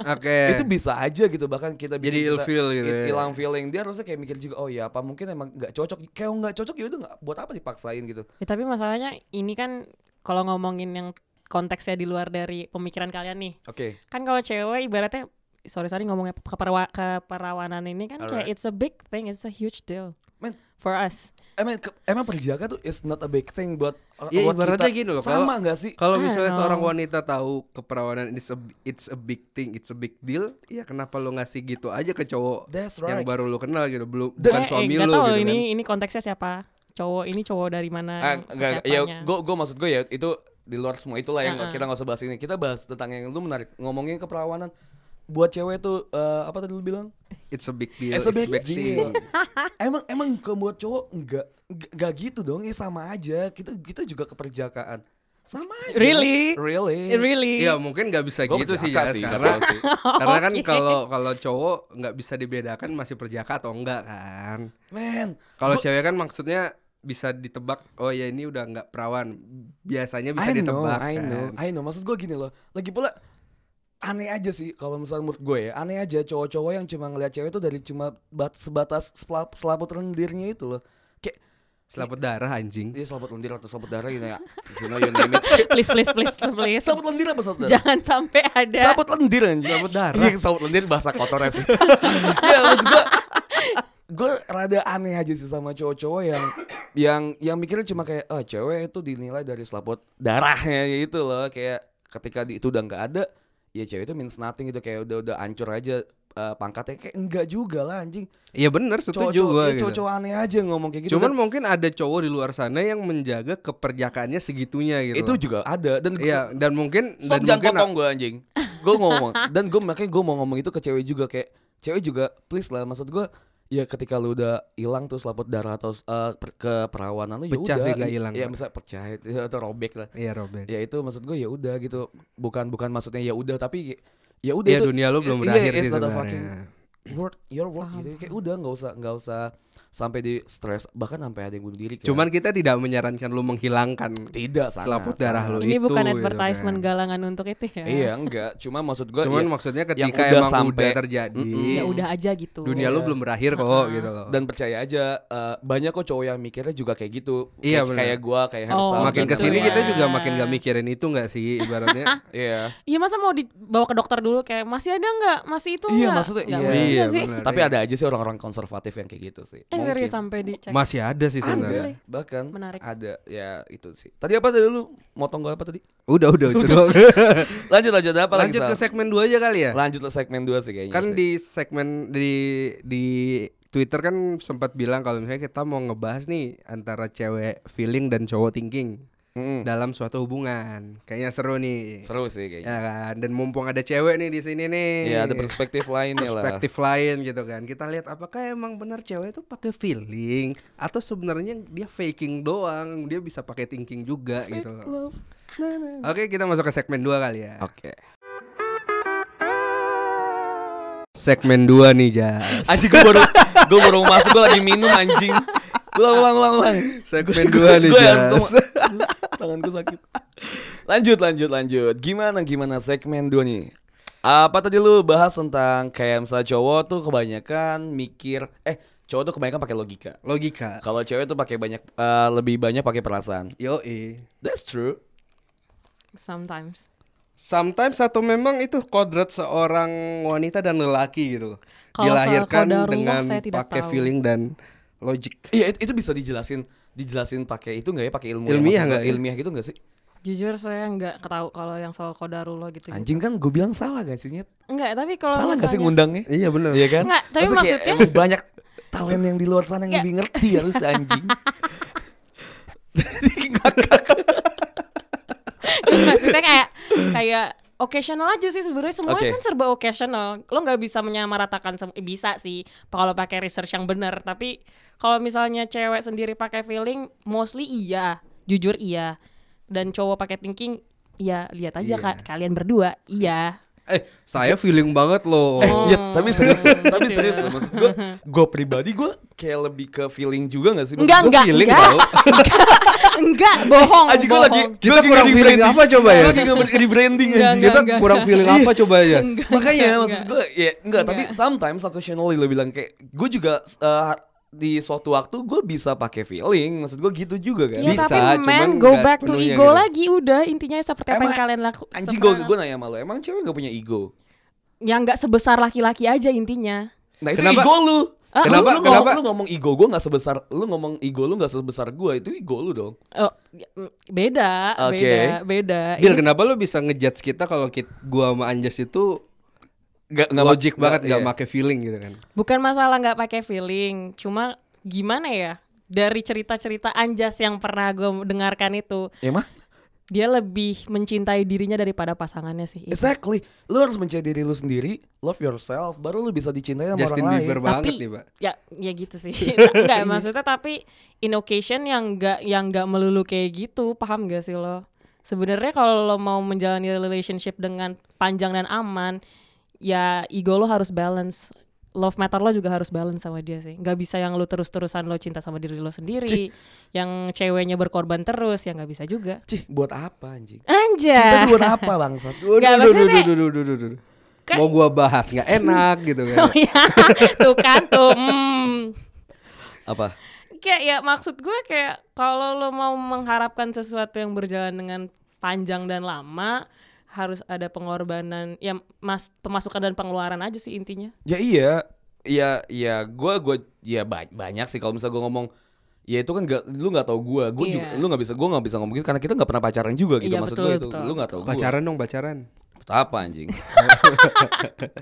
C: Oke.
D: Itu bisa aja gitu bahkan kita bikin
C: Jadi
D: kita
C: ill-feel gitu
D: il-
C: ya.
D: Hilang feeling dia harusnya kayak mikir juga oh ya apa mungkin emang nggak cocok. Kayak nggak cocok ya udah nggak- buat apa dipaksain gitu.
E: Ya, tapi masalahnya ini kan kalau ngomongin yang konteksnya di luar dari pemikiran kalian nih.
D: Oke.
E: Kan kalau cewek ibaratnya sorry sorry ngomongnya keperwa- keperawanan ini kan kayak
D: Alright.
E: it's a big thing, it's a huge deal
D: Men.
E: for us.
D: Emang ke- emang perjaka tuh is not a big thing buat
C: Ya,
D: buat
C: ibaratnya
D: kita.
C: gini loh, kalau-
D: Sama nggak sih?
C: Kalau
E: I
C: misalnya
E: don't
C: seorang
E: know.
C: wanita tahu keperawanan it's a, it's a big thing, it's a big deal, ya kenapa lu ngasih gitu aja ke cowok
D: That's
C: yang
D: right.
C: baru lu kenal gitu, belum bukan
E: Kayak, eh,
C: suami
E: nggak
C: lu
E: tahu
C: gitu
E: ini
C: kan.
E: ini konteksnya siapa? Cowok ini cowok dari mana?
D: Ah, enggak, enggak. ya
E: siapanya.
D: gue gue maksud gue ya itu di luar semua itulah yang
E: Ah, ah.
D: kita nggak usah bahas ini kita bahas tentang yang lu menarik ngomongin keperawanan buat cewek tuh eh, apa tadi lu bilang
C: It's a big deal,
D: It's a big deal.
C: thing.
D: emang emang kalau buat cowok enggak enggak enggak gitu dong ya sama aja kita kita juga keperjakaan sama aja
E: Really?
D: really
E: Really?
C: Iya mungkin nggak bisa
D: Gua
C: gitu sih jelas
D: perjaka sih,
C: karena
D: nggak tahu sih.
C: karena kan
E: Oke.
C: kalau kalau cowok nggak bisa dibedakan masih perjaka atau enggak kan.
D: man
C: Kalau cewek kan maksudnya bisa ditebak oh ya ini udah nggak perawan biasanya bisa
D: I know,
C: ditebak
D: I
C: kan.
D: know, I know. Maksud gue gini loh. Lagi pula aneh aja sih kalau misalnya menurut gue ya aneh aja cowok-cowok yang cuma ngeliat cewek itu dari cuma bat, sebatas selap, selaput lendirnya itu loh kayak
C: Selaput darah anjing.
D: dia selaput lendir atau selaput darah gitu ya you know you name it
E: please please please please.
D: selaput lendir apa selaput darah
E: Jangan sampai ada
D: selaput lendir anjing
C: Selaput darah.
D: iya selaput lendir bahasa kotornya sih ya maksud gue gue rada aneh aja sih sama cowok-cowok yang yang yang mikirnya cuma kayak ah cewek itu dinilai dari selaput darahnya gitu loh kayak ketika di itu udah nggak ada ya cewek itu means nothing gitu kayak udah udah ancur aja eh, pangkatnya kayak enggak juga lah anjing
C: Iya bener setuju
D: cowok-cowok
C: gue
D: ya,
C: gitu.
D: cowok-cowok aneh aja ngomong kayak gitu
C: Cuman
D: Dan
C: mungkin ada cowok di luar sana yang menjaga keperjakaannya segitunya gitu.
D: itu juga ada dan
C: Iya dan mungkin
D: Stop
C: dan
D: jangan
C: mungkin
D: potong gue anjing Gue ngomong Dan gue makanya gue mau ngomong itu ke cewek juga Kayak cewek juga please lah Maksud gue Ya ketika lu udah hilang terus laput darah atau eh, per- keperawanan lu ya
C: Pecah
D: udah.
C: sih nggak hilang.
D: Ya misalnya pecah itu- atau robek lah.
C: Iya Robert.
D: Ya itu maksud gue ya udah gitu. Bukan bukan maksudnya ya udah tapi ya udah
C: Iya
D: itu
C: dunia lu belum
D: Iya,
C: berakhir sih
D: it's not
C: sebenarnya.
D: a fucking- word your word gitu. Kayak udah nggak usah nggak usah sampai di stres bahkan sampai ada yang bunuh diri kayak.
C: Cuman kita tidak menyarankan lu menghilangkan
D: tidak sangat.
C: selaput darah lu
E: ini
C: itu
E: bukan
C: gitu
E: advertisement
C: kan.
E: galangan untuk itu ya.
D: Iya enggak. Cuma maksud gue
C: cuman
D: ya-
C: maksudnya
D: yang
C: ketika
D: udah
C: emang udah
D: sampai-
C: terjadi
D: Mm-mm.
E: Ya udah aja gitu.
C: dunia lu belum berakhir kok gitu loh
D: dan percaya aja eh, banyak kok cowok yang mikirnya juga kayak gitu
C: Iya,
D: kayak,
C: bener.
D: kayak gua kayak
E: Oh,
D: Hersal
C: makin
D: dan
C: kesini
E: gitu
D: lain-lain.
C: kita
E: ya.
C: juga makin gak mikirin itu nggak sih ibaratnya
D: iya
E: Iya masa mau dibawa ke dokter dulu kayak masih ada nggak? Masih itu
D: Iya,
E: nggak?
D: maksudnya
E: Nggak
D: iya.
E: mungkin
C: Iya,
E: nggak sih?
C: benar.
D: tapi ada aja sih orang-orang konservatif yang kayak gitu sih
E: Eh serius
D: Mungkin.
E: sampai dicek.
C: masih ada sih
D: ada
C: sebenarnya
D: bahkan
E: Menarik.
D: ada ya itu sih tadi apa tadi lu motong gua apa tadi
C: udah udah itu doang
D: lanjut lanjut ada apa
C: lanjut
D: lagi
C: ke
D: Sal?
C: segmen 2 aja kali ya
D: lanjut ke segmen 2 sih kayaknya
C: kan
D: sih.
C: di segmen di di Twitter kan sempat bilang kalau misalnya kita mau ngebahas nih antara cewek feeling dan cowok thinking
D: Mm-mm.
C: dalam suatu hubungan kayaknya seru nih
D: Hmm. seru sih kayaknya
C: ya kan dan mumpung ada cewek nih di sini nih
D: ya ada perspektif lain
C: nah,
D: ya lah
C: iya, perspektif lain gitu kan kita lihat apakah emang benar cewek itu pakai feeling atau sebenarnya dia faking doang dia bisa pakai thinking juga gitu loh.
D: love. Nah, Na, na, na.
C: Oke kita masuk ke segmen 2 kali ya
D: oke
C: Segmen 2 nih Jas
D: anjing gua baru gua baru mau masuk gua lagi minum anjing ulang ulang ulang ulang
C: Segmen 2 nih
D: Gua
C: Jas
D: harus ngomong. Tanganku sakit. Lanjut lanjut lanjut. Gimana gimana segmen 2 nih? Apa tadi lu bahas tentang kayak misalnya cowok tuh kebanyakan mikir eh cowok tuh kebanyakan pakai logika.
C: Logika.
D: Kalau cewek tuh pakai banyak eh, lebih banyak pakai perasaan.
C: Yo
D: That's true.
E: Sometimes.
C: Sometimes atau memang itu kodrat seorang wanita dan lelaki gitu. loh.
E: Kalau soal
C: Dilahirkan
E: kodarullah
C: dengan
E: saya tidak
C: pakai
E: tahu.
C: feeling dan logik.
D: Iya, itu, itu bisa dijelasin dijelasin pakai itu nggak ya pakai ilmu
C: Ilmiah
D: maksudnya
C: nggak ya?
D: ilmiah gitu nggak sih?
E: Jujur saya nggak tahu kalau yang soal kodarullah gitu.
D: Anjing kan gue bilang salah gak sih Nyet?
E: Enggak, tapi kalau
D: Salah gak sih
E: misalnya-
D: ngundangnya?
C: Iya benar.
D: Iya kan?
E: Nggak, tapi
D: Maksudnya kayak
E: maksudnya-
D: emang banyak talent yang di luar sana yang
E: Nggak.
D: lebih ngerti harus ada anjing.
E: maksudnya kayak kayak occasional aja sih sebenarnya semuanya
D: Oke.
E: kan serba occasional lo nggak bisa menyamaratakan sem- eh, bisa sih kalau pakai research yang benar tapi kalau misalnya cewek sendiri pakai feeling mostly iya jujur iya dan cowok pakai thinking ya lihat
C: Iya.
E: aja Kak, kalian berdua iya
C: Eh, saya feeling banget
E: Oh,
C: loh.
D: Eh, Nyet, tapi serius, tapi serius loh. maksud gue, gue pribadi gue kayak lebih ke feeling juga gak sih? Maksud
E: enggak
D: gua
E: enggak
D: feeling
E: enggak
D: tau.
E: enggak bohong
D: Anjing gue
E: bohong.
D: lagi
C: Kita
D: gua lagi
C: kurang
D: nge-rebranding.
C: feeling apa coba ya?
D: Gua lagi nge- rebranding
E: Enggak,
D: anjing.
C: Kita
E: enggak,
C: kurang feeling apa coba ya?
D: Makanya
E: enggak,
D: maksud gue ya enggak, tapi sometimes occasionally lo bilang kayak gue juga eh, di suatu waktu gue bisa pakai feeling, maksud gue gitu juga kan.
E: Ya,
C: Bisa,
E: tapi
C: cuman
E: man, go
C: nggak
E: back to
C: sepenuhnya
E: ego
C: gitu.
E: lagi udah intinya seperti apa yang
D: Emang-
E: kalian lakukan
D: Anjing gue gue nanya sama lo, emang cewek gak punya ego?
E: yang Ya, nggak sebesar laki-laki aja intinya
D: Nah itu
C: Kenapa-
D: ego lu.
E: Ah,
C: Kenapa-
D: Lu, lu ngomong-
C: kenapa?
D: lu ngomong ego gue nggak sebesar, lu ngomong ego lu nggak sebesar gue itu ego lu dong.
E: Oh, ya, mm, beda,
D: Oke.
E: beda, beda.
C: Bil,
E: Ini-
C: kenapa lu bisa ngejudge kita kalau kit- gua sama Anjas itu
D: Gak, gak
C: logik banget nggak
D: iya.
C: make feeling gitu kan?
E: bukan masalah nggak pakai feeling, cuma gimana ya? Dari cerita-cerita Anjas yang pernah gue dengarkan itu,
D: Ya mah,
E: dia lebih mencintai dirinya daripada pasangannya sih.
C: Iya.
E: Itu.
D: exactly. Lu harus menjadi diri lu sendiri, love yourself, baru lu bisa dicintai sama
C: Justin
D: orang lain.
C: Bieber banget nih, Pak.
E: ya ya gitu sih. Enggak maksudnya tapi in occasion yang enggak yang enggak melulu kayak gitu, paham gak sih lo? Sebenarnya kalau lo mau menjalani relationship dengan panjang dan aman, ya ego lo harus balance. Love matter lo juga harus balance sama dia sih. Gak bisa yang lo terus-terusan lo cinta sama diri lo sendiri, yang ceweknya berkorban terus, ya gak bisa juga.
D: Cih, buat apa anjing? Cinta
E: Anjay.
D: tuh buat apa bangsat?
E: Nggak,
C: Duh, duh, duh,
E: maksudnya-
C: duh, duh, duh, duh, duh, duh.
E: Kan-
C: Mau gua bahas nggak enak gitu kan?
E: Oh ya, tuh kan tuh. hmm.
D: Apa?
E: kayak ya maksud gue kayak kalau lo mau mengharapkan sesuatu yang berjalan dengan panjang dan lama harus ada pengorbanan ya mas pemasukan dan pengeluaran aja sih intinya
D: Ya iya, ya ya gue gue ya ba- banyak sih kalau misalnya gue ngomong ya itu kan gak, lu nggak tahu gue, gue juga,
E: Iya.
D: lu nggak bisa gue nggak bisa ngomongin karena kita nggak pernah pacaran juga gitu
E: Iya,
D: maksud
E: betul,
D: gue itu,
E: betul,
D: lu nggak tahu gua.
C: Pacaran dong, pacaran.
D: apa anjing?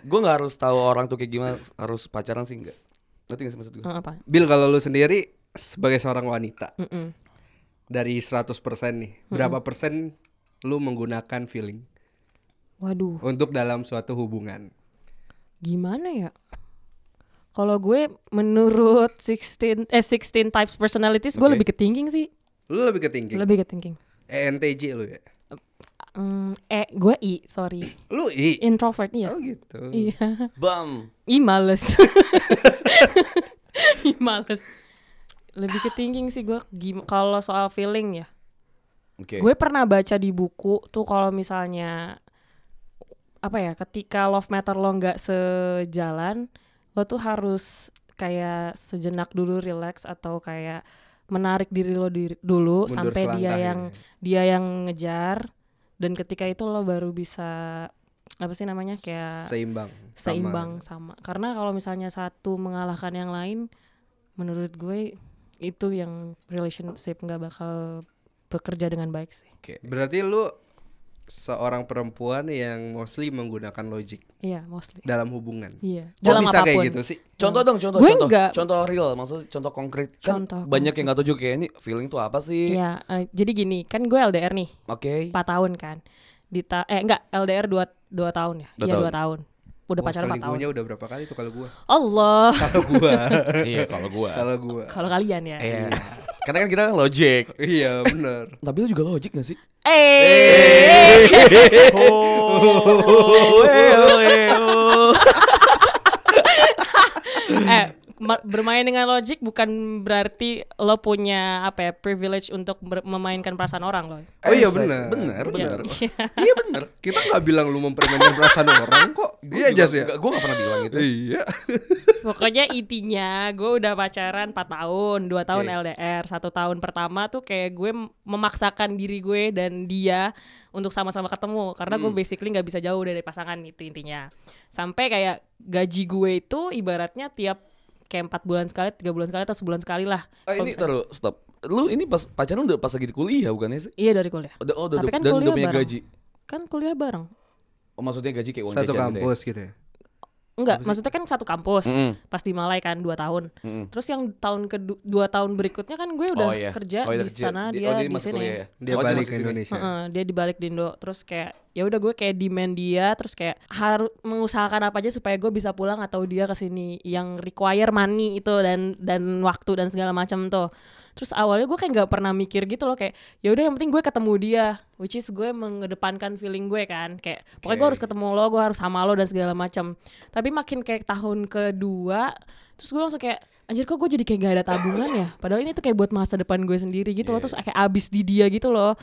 D: gue nggak harus tahu orang tuh kayak gimana harus pacaran sih nggak? Ngerti nggak sih maksud gue?
E: Eh, apa
C: Bil, kalau lu sendiri sebagai seorang wanita
E: Mm-mm.
C: dari 100% nih, berapa persen lu menggunakan feeling
E: waduh
C: untuk dalam suatu hubungan?
E: gimana ya kalau gue menurut 16 eh 16 types personalities gue
D: Oke.
E: lebih ke thinking sih
C: Lu lebih ke thinking.
E: lebih ke thinking
C: ENTJ lu ya.
E: Hmm, eh gue i sorry
C: Lu I.
E: introvert iya
C: Oh gitu.
E: iya
D: Bam.
E: i males i males lebih ke thinking sih gue Gim- kalau soal feeling ya
D: Oke.
E: gue pernah baca di buku tuh kalau misalnya apa ya ketika love matter lo nggak sejalan lo tuh harus kayak sejenak dulu relax atau kayak menarik diri lo diri- dulu
C: Mundur
E: sampai dia
C: selangkah ya.
E: yang dia yang ngejar dan ketika itu lo baru bisa apa sih namanya kayak
C: Seimbang. sama.
E: seimbang sama. Karena kalau misalnya satu mengalahkan yang lain, menurut gue itu yang relationship nggak bakal bekerja dengan baik sih.
D: Oke.
C: Berarti lu seorang perempuan yang mostly menggunakan logik
E: Iya, mostly.
C: dalam hubungan.
E: Iya.
C: Kok bisa kayak gitu sih?
D: Contoh dong, contoh,
E: Gue
D: contoh,
E: nggak-
D: contoh real, maksud contoh konkret. Kan
E: Contoh
D: banyak yang nggak tahu juga kayak ini feeling tuh apa sih?
E: Iya, eh, jadi gini, kan gue LDR nih,
D: Oke.
E: 4 tahun kan. Di ta- eh enggak, LDR 2 dua tahun ya.
D: Dua
E: Iya,
D: tahun.
E: 2 tahun. Udah
C: Wah,
E: pacaran 4 tahun.
C: selingkuhnya udah berapa kali tuh kalau gua?
E: Allah.
C: Kalau gua.
D: Iya kalau gua.
C: kalau gua.
E: kalau kalian ya.
D: Iya. Karena kan kita kan logic.
C: Iya, benar.
D: Tapi lu juga logik gak sih?
E: Eh.
D: Oh, eh, oh, eh, oh.
E: eh ma- bermain dengan logik bukan berarti lo punya apa ya privilege untuk ber- memainkan perasaan orang Ya. lo.
C: Oh iya,
D: Exact.
C: benar.
D: Benar, benar.
C: Iya bener Kita nggak bilang lu mempermainkan perasaan orang kok Iya aja sih
D: Gue gak pernah bilang gitu. itu.
C: Iya
E: Pokoknya intinya gue udah pacaran 4 tahun, 2 tahun
D: Oke.
E: LDR, satu tahun pertama tuh kayak gue mem- memaksakan diri gue dan dia untuk sama-sama ketemu karena
D: Hmm.
E: gue basically nggak bisa jauh dari pasangan itu intinya. Sampai kayak gaji gue itu ibaratnya tiap kayak empat bulan sekali, tiga bulan sekali atau sebulan sekali lah.
D: Ah,
E: Kalau
D: ini
E: misalnya-
D: taruh stop. Lu ini pas pacaran udah pas lagi di kuliah bukannya sih?
E: Iya dari kuliah.
D: Udah, oh, udah,
E: Tapi kan
D: dan
E: kuliah
D: udah punya
E: bareng.
D: gaji.
E: Kan kuliah bareng.
D: Oh, maksudnya gaji kayak uang
C: Satu
D: jajan gitu ya?
C: kampus gitu ya
E: Enggak, maksudnya kan satu kampus.
D: Mm-mm.
E: Pas di Malai kan 2 tahun.
D: Mm-mm.
E: Terus yang tahun kedua dua tahun berikutnya kan gue udah
D: Oh, iya.
E: kerja
D: Oh,
E: di
D: iya, kerja.
E: sana,
D: Di-
E: dia,
D: oh, jadi
E: di
D: masuk
E: sini.
D: kuliah ya?
C: Dia
D: Oh, dia
C: balik
D: masih
C: ke
D: sini.
C: Indonesia
E: Heeh, dia dibalik di Indo terus kayak ya udah gue kayak demand dia terus kayak harus mengusahakan apa aja supaya gue bisa pulang atau dia ke sini yang require money itu dan dan waktu dan segala macam tuh terus awalnya gue kayak nggak pernah mikir gitu loh kayak ya udah yang penting gue ketemu dia which is gue mengedepankan feeling gue kan kayak pokoknya gue harus ketemu lo gue harus sama lo dan segala macam tapi makin kayak tahun kedua terus gue langsung kayak anjir kok gue jadi kayak gak ada tabungan ya padahal ini tuh kayak buat masa depan gue sendiri gitu loh terus kayak abis di dia gitu loh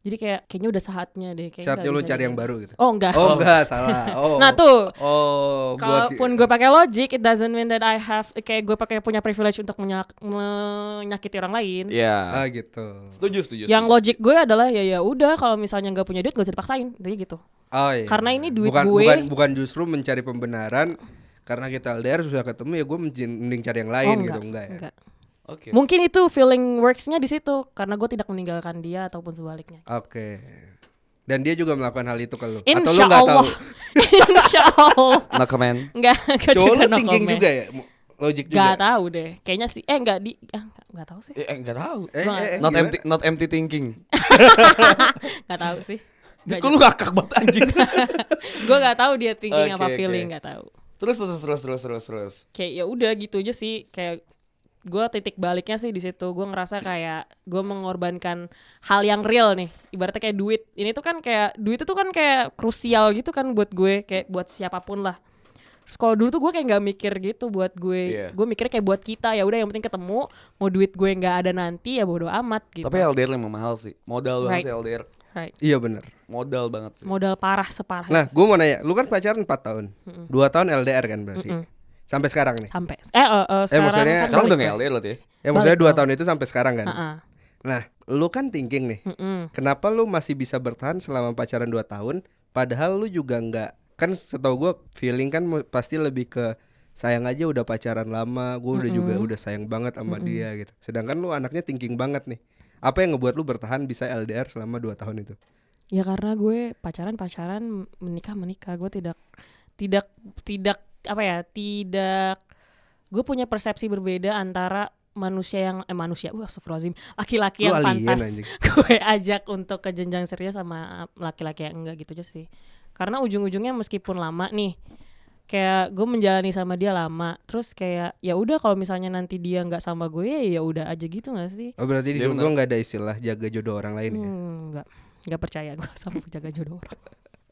E: jadi kayak kayaknya udah saatnya deh. Kayaknya
C: Saatnya
E: nggak
C: lu
E: bisa
C: cari
E: deh.
C: yang baru gitu
E: Oh enggak.
C: Oh enggak salah oh.
E: Nah tuh,
C: Oh gua ki-
E: kalaupun gue pakai logic, it doesn't mean that I have kayak gue pakai punya privilege untuk menyak- menyakiti orang lain.
D: Iya.
C: Ah gitu
D: Setuju, setuju.
E: Yang
C: iya,
D: setuju.
E: logic gue adalah ya ya udah kalau misalnya nggak punya duit gak usah dipaksain, jadi gitu.
C: Oh, iya.
E: Karena ini duit
C: bukan,
E: gue-
C: bukan, bukan justru mencari pembenaran Karena kita LDR susah ketemu ya gue mending cari yang lain
E: oh enggak,
C: gitu Enggak ya
E: enggak.
D: Oke.
E: Mungkin itu feeling works-nya di situ karena gue tidak meninggalkan dia ataupun sebaliknya.
C: Oke Dan dia juga melakukan hal itu ke lu Atau lu
E: Insya
C: nggak
E: Allah,
C: tahu
E: Insya Allah,
D: No comment.
E: enggak. gue
C: Cowok
E: juga
C: lu
E: no
C: thinking
E: comment.
C: juga ya Logik juga
E: Gak tahu deh, kayaknya sih. Eh enggak di, ah, enggak, enggak tahu sih,
D: Eh, eh, nggak tahu.
C: Eh, eh, eh,
D: Not
C: gimana?
D: empty, not empty thinking.
E: enggak tahu sih. Nggak
D: Kok lu ngakak banget anjing.
E: gue nggak tahu dia thinking
D: Oke,
E: apa
D: oke.
E: feeling nggak tahu
D: terus terus terus terus terus terus.
E: kayak ya udah gitu aja sih kayak gue titik baliknya sih di situ gue ngerasa kayak gue mengorbankan hal yang real nih ibaratnya kayak duit ini tuh kan kayak duit itu kan kayak krusial gitu kan buat gue kayak buat siapapun lah Terus kalau dulu tuh gue kayak nggak mikir gitu buat
D: Iya.
E: gue gue mikir kayak buat kita ya udah yang penting ketemu mau duit gue nggak ada nanti ya bodo amat gitu
D: Tapi LDR memang mahal sih. Modal banget
E: Right.
D: sih LDR.
E: right
C: Iya bener
D: Modal banget sih.
E: modal parah separah
C: Nah,
E: itu
C: gue mau nanya, lu kan pacaran 4 tahun, dua tahun LDR kan berarti, sampai sekarang nih.
E: sampai eh, eh, eh, sekarang
C: maksudnya-
E: kan
D: Sekarang udah
E: balik
D: nggak
E: ya.
D: LDR loh ya.
C: Ya maksudnya
E: Balik
C: dua
E: dong.
C: tahun itu sampai sekarang kan.
E: Heeh.
C: Nah, lu kan thinking nih,
E: Mm-mm.
C: kenapa lu masih bisa bertahan selama pacaran 2 tahun, padahal lu juga nggak kan setahu gue feeling kan mu- pasti lebih ke sayang aja udah pacaran lama, gue udah juga udah sayang banget sama dia gitu. Sedangkan lu anaknya thinking banget nih. Apa yang ngebuat lu bertahan bisa LDR selama 2 tahun itu?
E: Ya karena gue pacaran-pacaran, menikah-menikah, gue tidak tidak tidak apa ya, tidak gue punya persepsi berbeda antara manusia yang eh manusia, wah astagfirullahaladzim, laki-laki
C: Lu
E: yang
C: alien,
E: pantas
C: anjing.
E: gue ajak untuk ke jenjang serius sama eh, laki-laki yang enggak gitu aja sih. Karena ujung-ujungnya meskipun lama nih kayak gue menjalani sama dia lama terus kayak ya udah kalau misalnya nanti dia nggak sama gue ya udah aja gitu nggak sih
C: Oh berarti di
D: Iya,
C: jodoh
D: bener.
C: lu nggak ada istilah jaga jodoh orang lain ya?
E: hmm, nggak nggak percaya gue sama jaga jodoh orang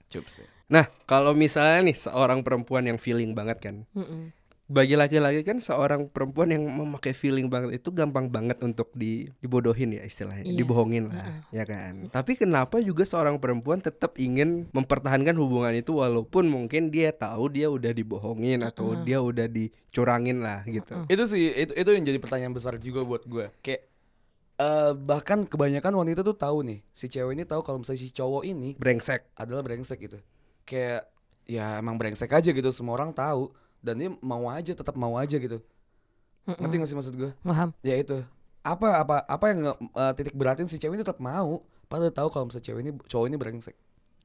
D: Cups ya.
C: Nah, kalau misalnya nih seorang perempuan yang feeling banget kan.
E: Mm-mm.
C: Bagi laki-laki kan seorang perempuan yang memakai feeling banget itu gampang banget untuk di- dibodohin ya istilahnya,
E: Iya.
C: dibohongin lah, ya kan. Tapi kenapa juga seorang perempuan tetap ingin mempertahankan hubungan itu walaupun mungkin dia tahu dia udah dibohongin atau dia udah dicurangin lah gitu.
D: Itu sih itu itu yang jadi pertanyaan besar juga buat gue. Kayak eh, bahkan kebanyakan wanita tuh tahu nih si cewek ini tahu kalau misalnya si cowok ini
C: Brengsek.
D: adalah brengsek gitu kayak ya emang brengsek aja gitu semua orang tahu dan dia mau aja tetap mau aja gitu ngerti gak sih maksud gue
E: paham
D: ya itu apa apa apa yang nge- eh, titik beratin si cewek ini tetap mau padahal tahu kalau misalnya cewek ini cowok ini brengsek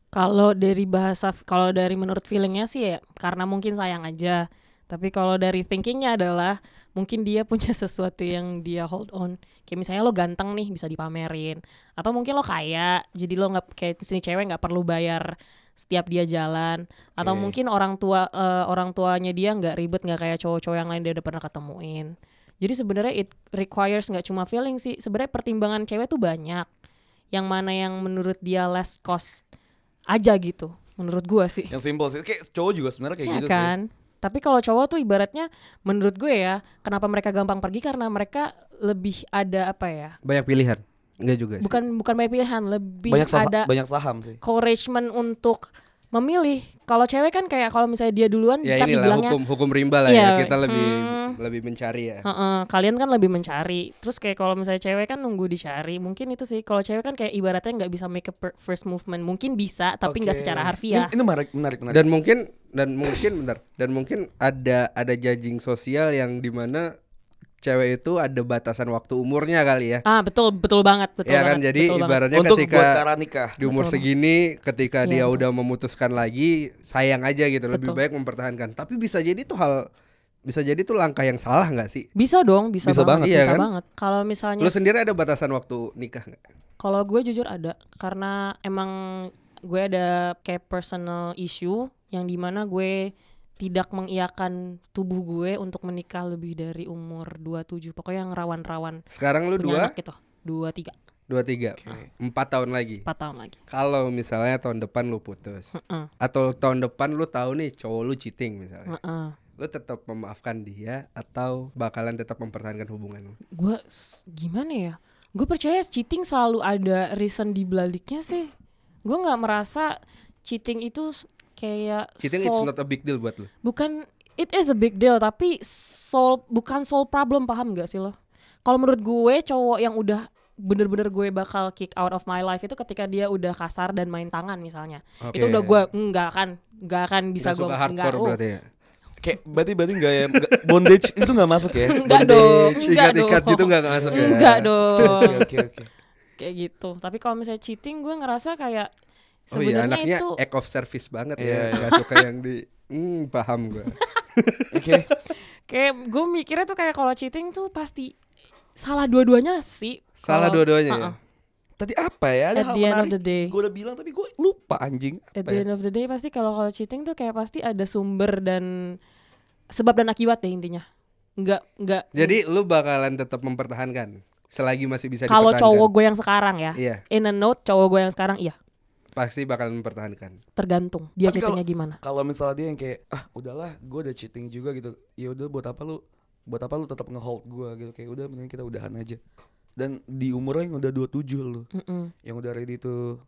E: Kalau dari bahasa, kalau dari menurut feelingnya sih ya, karena mungkin sayang aja. Tapi kalau dari thinkingnya adalah mungkin dia punya sesuatu yang dia hold on. Kayak misalnya lo ganteng nih bisa dipamerin, atau mungkin lo kaya, jadi lo nggak kayak sini cewek nggak perlu bayar setiap dia jalan, atau
D: Oke.
E: mungkin orang tua eh, orang tuanya dia nggak ribet nggak kayak cowok-cowok yang lain dia udah pernah ketemuin. Jadi sebenarnya it requires nggak cuma feeling sih, sebenarnya pertimbangan cewek tuh banyak. Yang mana yang menurut dia less cost aja gitu menurut gua sih
D: yang simpel sih Ya, kayak cowok juga sebenarnya kayak
E: ya
D: gitu sih
E: kan Tapi kalau cowok tuh ibaratnya menurut gue ya, kenapa mereka gampang pergi karena mereka lebih ada apa ya?
D: Iya
C: Banyak pilihan. Enggak juga sih.
E: Bukan bukan banyak pilihan, lebih
D: banyak sasa-
E: ada
D: banyak saham sih
E: encouragement untuk memilih. Kalau cewek kan kayak kalau misalnya dia duluan
C: Ya
E: kan
C: inilah
E: dibilangnya
C: hukum hukum rimba lah
E: Iya,
C: ya. Kita lebih
E: hmm.
C: lebih mencari ya.
E: Heeh, kalian kan lebih mencari. Terus kayak kalau misalnya cewek kan nunggu dicari. Mungkin itu sih kalau cewek kan kayak ibaratnya nggak bisa make a per- first movement. Mungkin bisa tapi nggak secara harfiah.
D: ini, ini menarik menarik menarik
C: Dan mungkin dan mungkin benar. Dan mungkin ada ada judging sosial yang dimana cewek itu ada batasan waktu umurnya kali ya.
E: Ah, betul betul banget, betul
C: ya kan
E: banget,
C: jadi
E: betul banget.
C: ibaratnya
D: untuk buat
C: ketika
D: cara nikah
C: di umur
E: Betul.
C: segini ketika
E: Iya,
C: dia
E: betul.
C: udah memutuskan lagi sayang aja gitu lebih
E: Betul.
C: baik mempertahankan tapi bisa jadi tuh hal bisa jadi tuh langkah yang salah nggak sih
E: Bisa dong, bisa,
D: Bisa
E: banget,
C: banget. Iya
E: bisa
C: kan?
E: banget. Kalau misalnya
C: lu sendiri ada batasan waktu nikah nggak
E: Kalau gue jujur ada karena emang gue ada kayak personal issue yang dimana gue tidak mengiakan tubuh gue untuk menikah lebih dari umur 27 pokoknya yang rawan-rawan
C: sekarang lu
E: punya
C: dua
E: anak gitu dua tiga
C: dua tiga empat tahun lagi
E: empat tahun lagi
C: kalau misalnya tahun depan lu putus
E: Heeh.
C: atau tahun depan lu tahu nih cowok lu cheating misalnya
E: Heeh.
C: lu tetap memaafkan dia atau bakalan tetap mempertahankan hubungan lu
E: gue s- gimana ya gue percaya cheating selalu ada reason di baliknya sih gue nggak merasa cheating itu s- kayak
C: cheating it's
E: soul-
C: not a big deal buat lu
E: bukan it is a big deal tapi soul bukan soul problem paham gak sih lo kalau menurut gue cowok yang udah bener-bener gue bakal kick out of my life itu ketika dia udah kasar dan main tangan misalnya itu
C: Oke.
E: udah gue nggak akan nggak akan bisa
C: Nggak
E: gue
C: suka
E: nggak
C: hardcore
E: oh,
C: berarti ya
D: kayak berarti berarti nggak ya nggak- bondage itu nggak masuk ya
E: nggak dong nggak dong
C: ikat-ikat Iya, gitu nggak masuk ya
E: nggak
D: oke
C: Iya,
E: dong
D: oke oke
E: kayak gitu tapi kalau misalnya cheating gue ngerasa kayak
C: Oh iya
E: sebenarnya
C: anaknya
E: itu
C: act of service banget
D: Iya,
C: ya
D: iya.
C: Gak suka yang di hmm, paham gue
D: oke
E: kayak gue mikirnya tuh kayak kalau cheating tuh pasti salah dua-duanya sih
C: Salah
E: Kalau-
C: dua-duanya
E: Ha-ha.
C: ya
D: tadi apa ya ada
E: At
D: hal
E: the end of
D: menarik
E: the day.
D: gue udah bilang tapi gue lupa anjing
E: At
D: apa
E: the
D: ya?
E: end of the day pasti kalau kalau cheating tuh kayak pasti ada sumber dan sebab dan akibat deh intinya. Nggak nggak.
C: Jadi lu bakalan tetap mempertahankan Selagi masih bisa
E: kalau cowok
C: dipertahankan
E: gue yang sekarang ya.
C: Iya
E: In a note cowok gue yang sekarang iya
C: pasti bakalan mempertahankan
E: tergantung dia
D: Tapi
E: cheatingnya gimana.
D: kalau misalnya dia yang kayak ah udahlah gue udah cheating juga gitu ya udah buat apa lu buat apa lu tetap ngehold gue gitu kayak udah mending kita udahan aja dan di umur lo yang udah 27 lu
E: Mm-mm,
D: yang udah ready to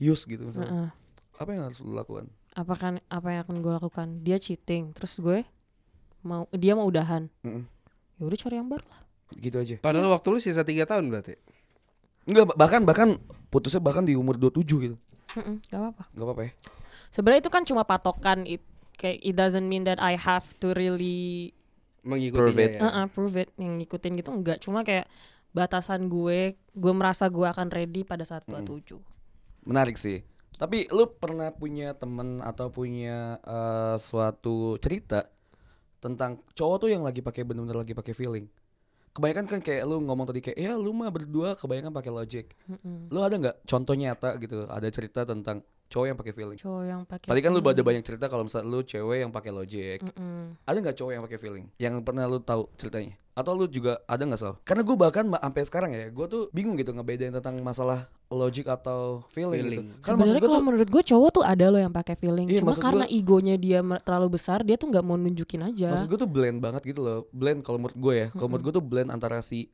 D: use gitu misalnya
E: mm-mm.
D: apa yang harus lu lakukan
E: Apa kan apa yang akan gue lakukan? Dia cheating terus gue mau dia mau udahan.
D: Mm-mm.
E: Ya udah cari yang baru lah.
D: gitu aja
C: Padahal waktu lu sisa 3 tahun berarti
D: enggak bah- bahkan bahkan putusnya bahkan di umur 27 gitu
E: Mm-mm, nggak apa-apa.
D: nggak apa-apa ya
E: Sebenarnya itu kan cuma patokan. It, kayak it doesn't mean that I have to really
C: Mengikuti
D: Prove it.
C: ya
E: Uh-uh, prove it yang ngikutin gitu enggak cuma kayak batasan gue gue merasa gue akan ready pada saat 27
D: menarik sih tapi lu pernah punya temen atau punya eh, suatu cerita tentang cowok tuh yang lagi pakai bener-bener lagi pakai feeling kebanyakan kan kayak lu ngomong tadi kayak ya lu mah berdua kebanyakan pakai logic lu ada nggak contoh nyata gitu ada cerita tentang cowok yang pakai feeling
E: cowok yang pakai
D: tadi kan lu ada
E: feeling.
D: banyak cerita kalau misalnya lu cewek yang pakai logic
E: Mm-mm.
D: ada nggak cowok yang pakai feeling yang pernah lu tahu ceritanya atau lu juga ada nggak sal karena gue bahkan ma- sampai sekarang ya gue tuh bingung gitu ngebedain tentang masalah logic atau feeling,
C: Feeling.
D: gitu karena maksud
E: sebenarnya
D: gue
E: kalau
D: tuh
E: menurut gue cowok tuh ada loh yang pakai feeling
D: Iya,
E: cuma
D: maksud
E: karena
D: gua-
E: egonya dia mer- terlalu besar dia tuh nggak mau nunjukin aja
D: maksud gue tuh blend banget gitu loh blend kalau menurut gue ya kalau menurut gue tuh blend antara si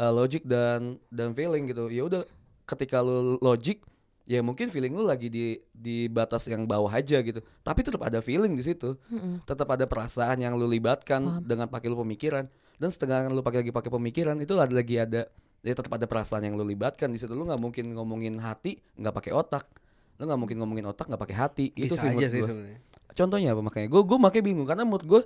D: uh, logic dan dan feeling gitu ya udah ketika lu logic ya mungkin feeling lu lagi di di batas yang bawah aja gitu tapi tetap ada feeling di situ
E: Mm-mm.
D: tetap ada perasaan yang lu libatkan dengan pakai lu pemikiran dan setengah lu pakai lagi pakai pemikiran itu ada lagi ada ya tetap ada perasaan yang lu libatkan di situ lu nggak mungkin ngomongin hati nggak pakai otak lu nggak mungkin ngomongin otak nggak pakai hati itu
C: Bisa
D: sih
C: aja
D: menurut
C: sih
D: gua.
C: sebenarnya
D: contohnya apa makanya gue gue makanya bingung karena menurut gue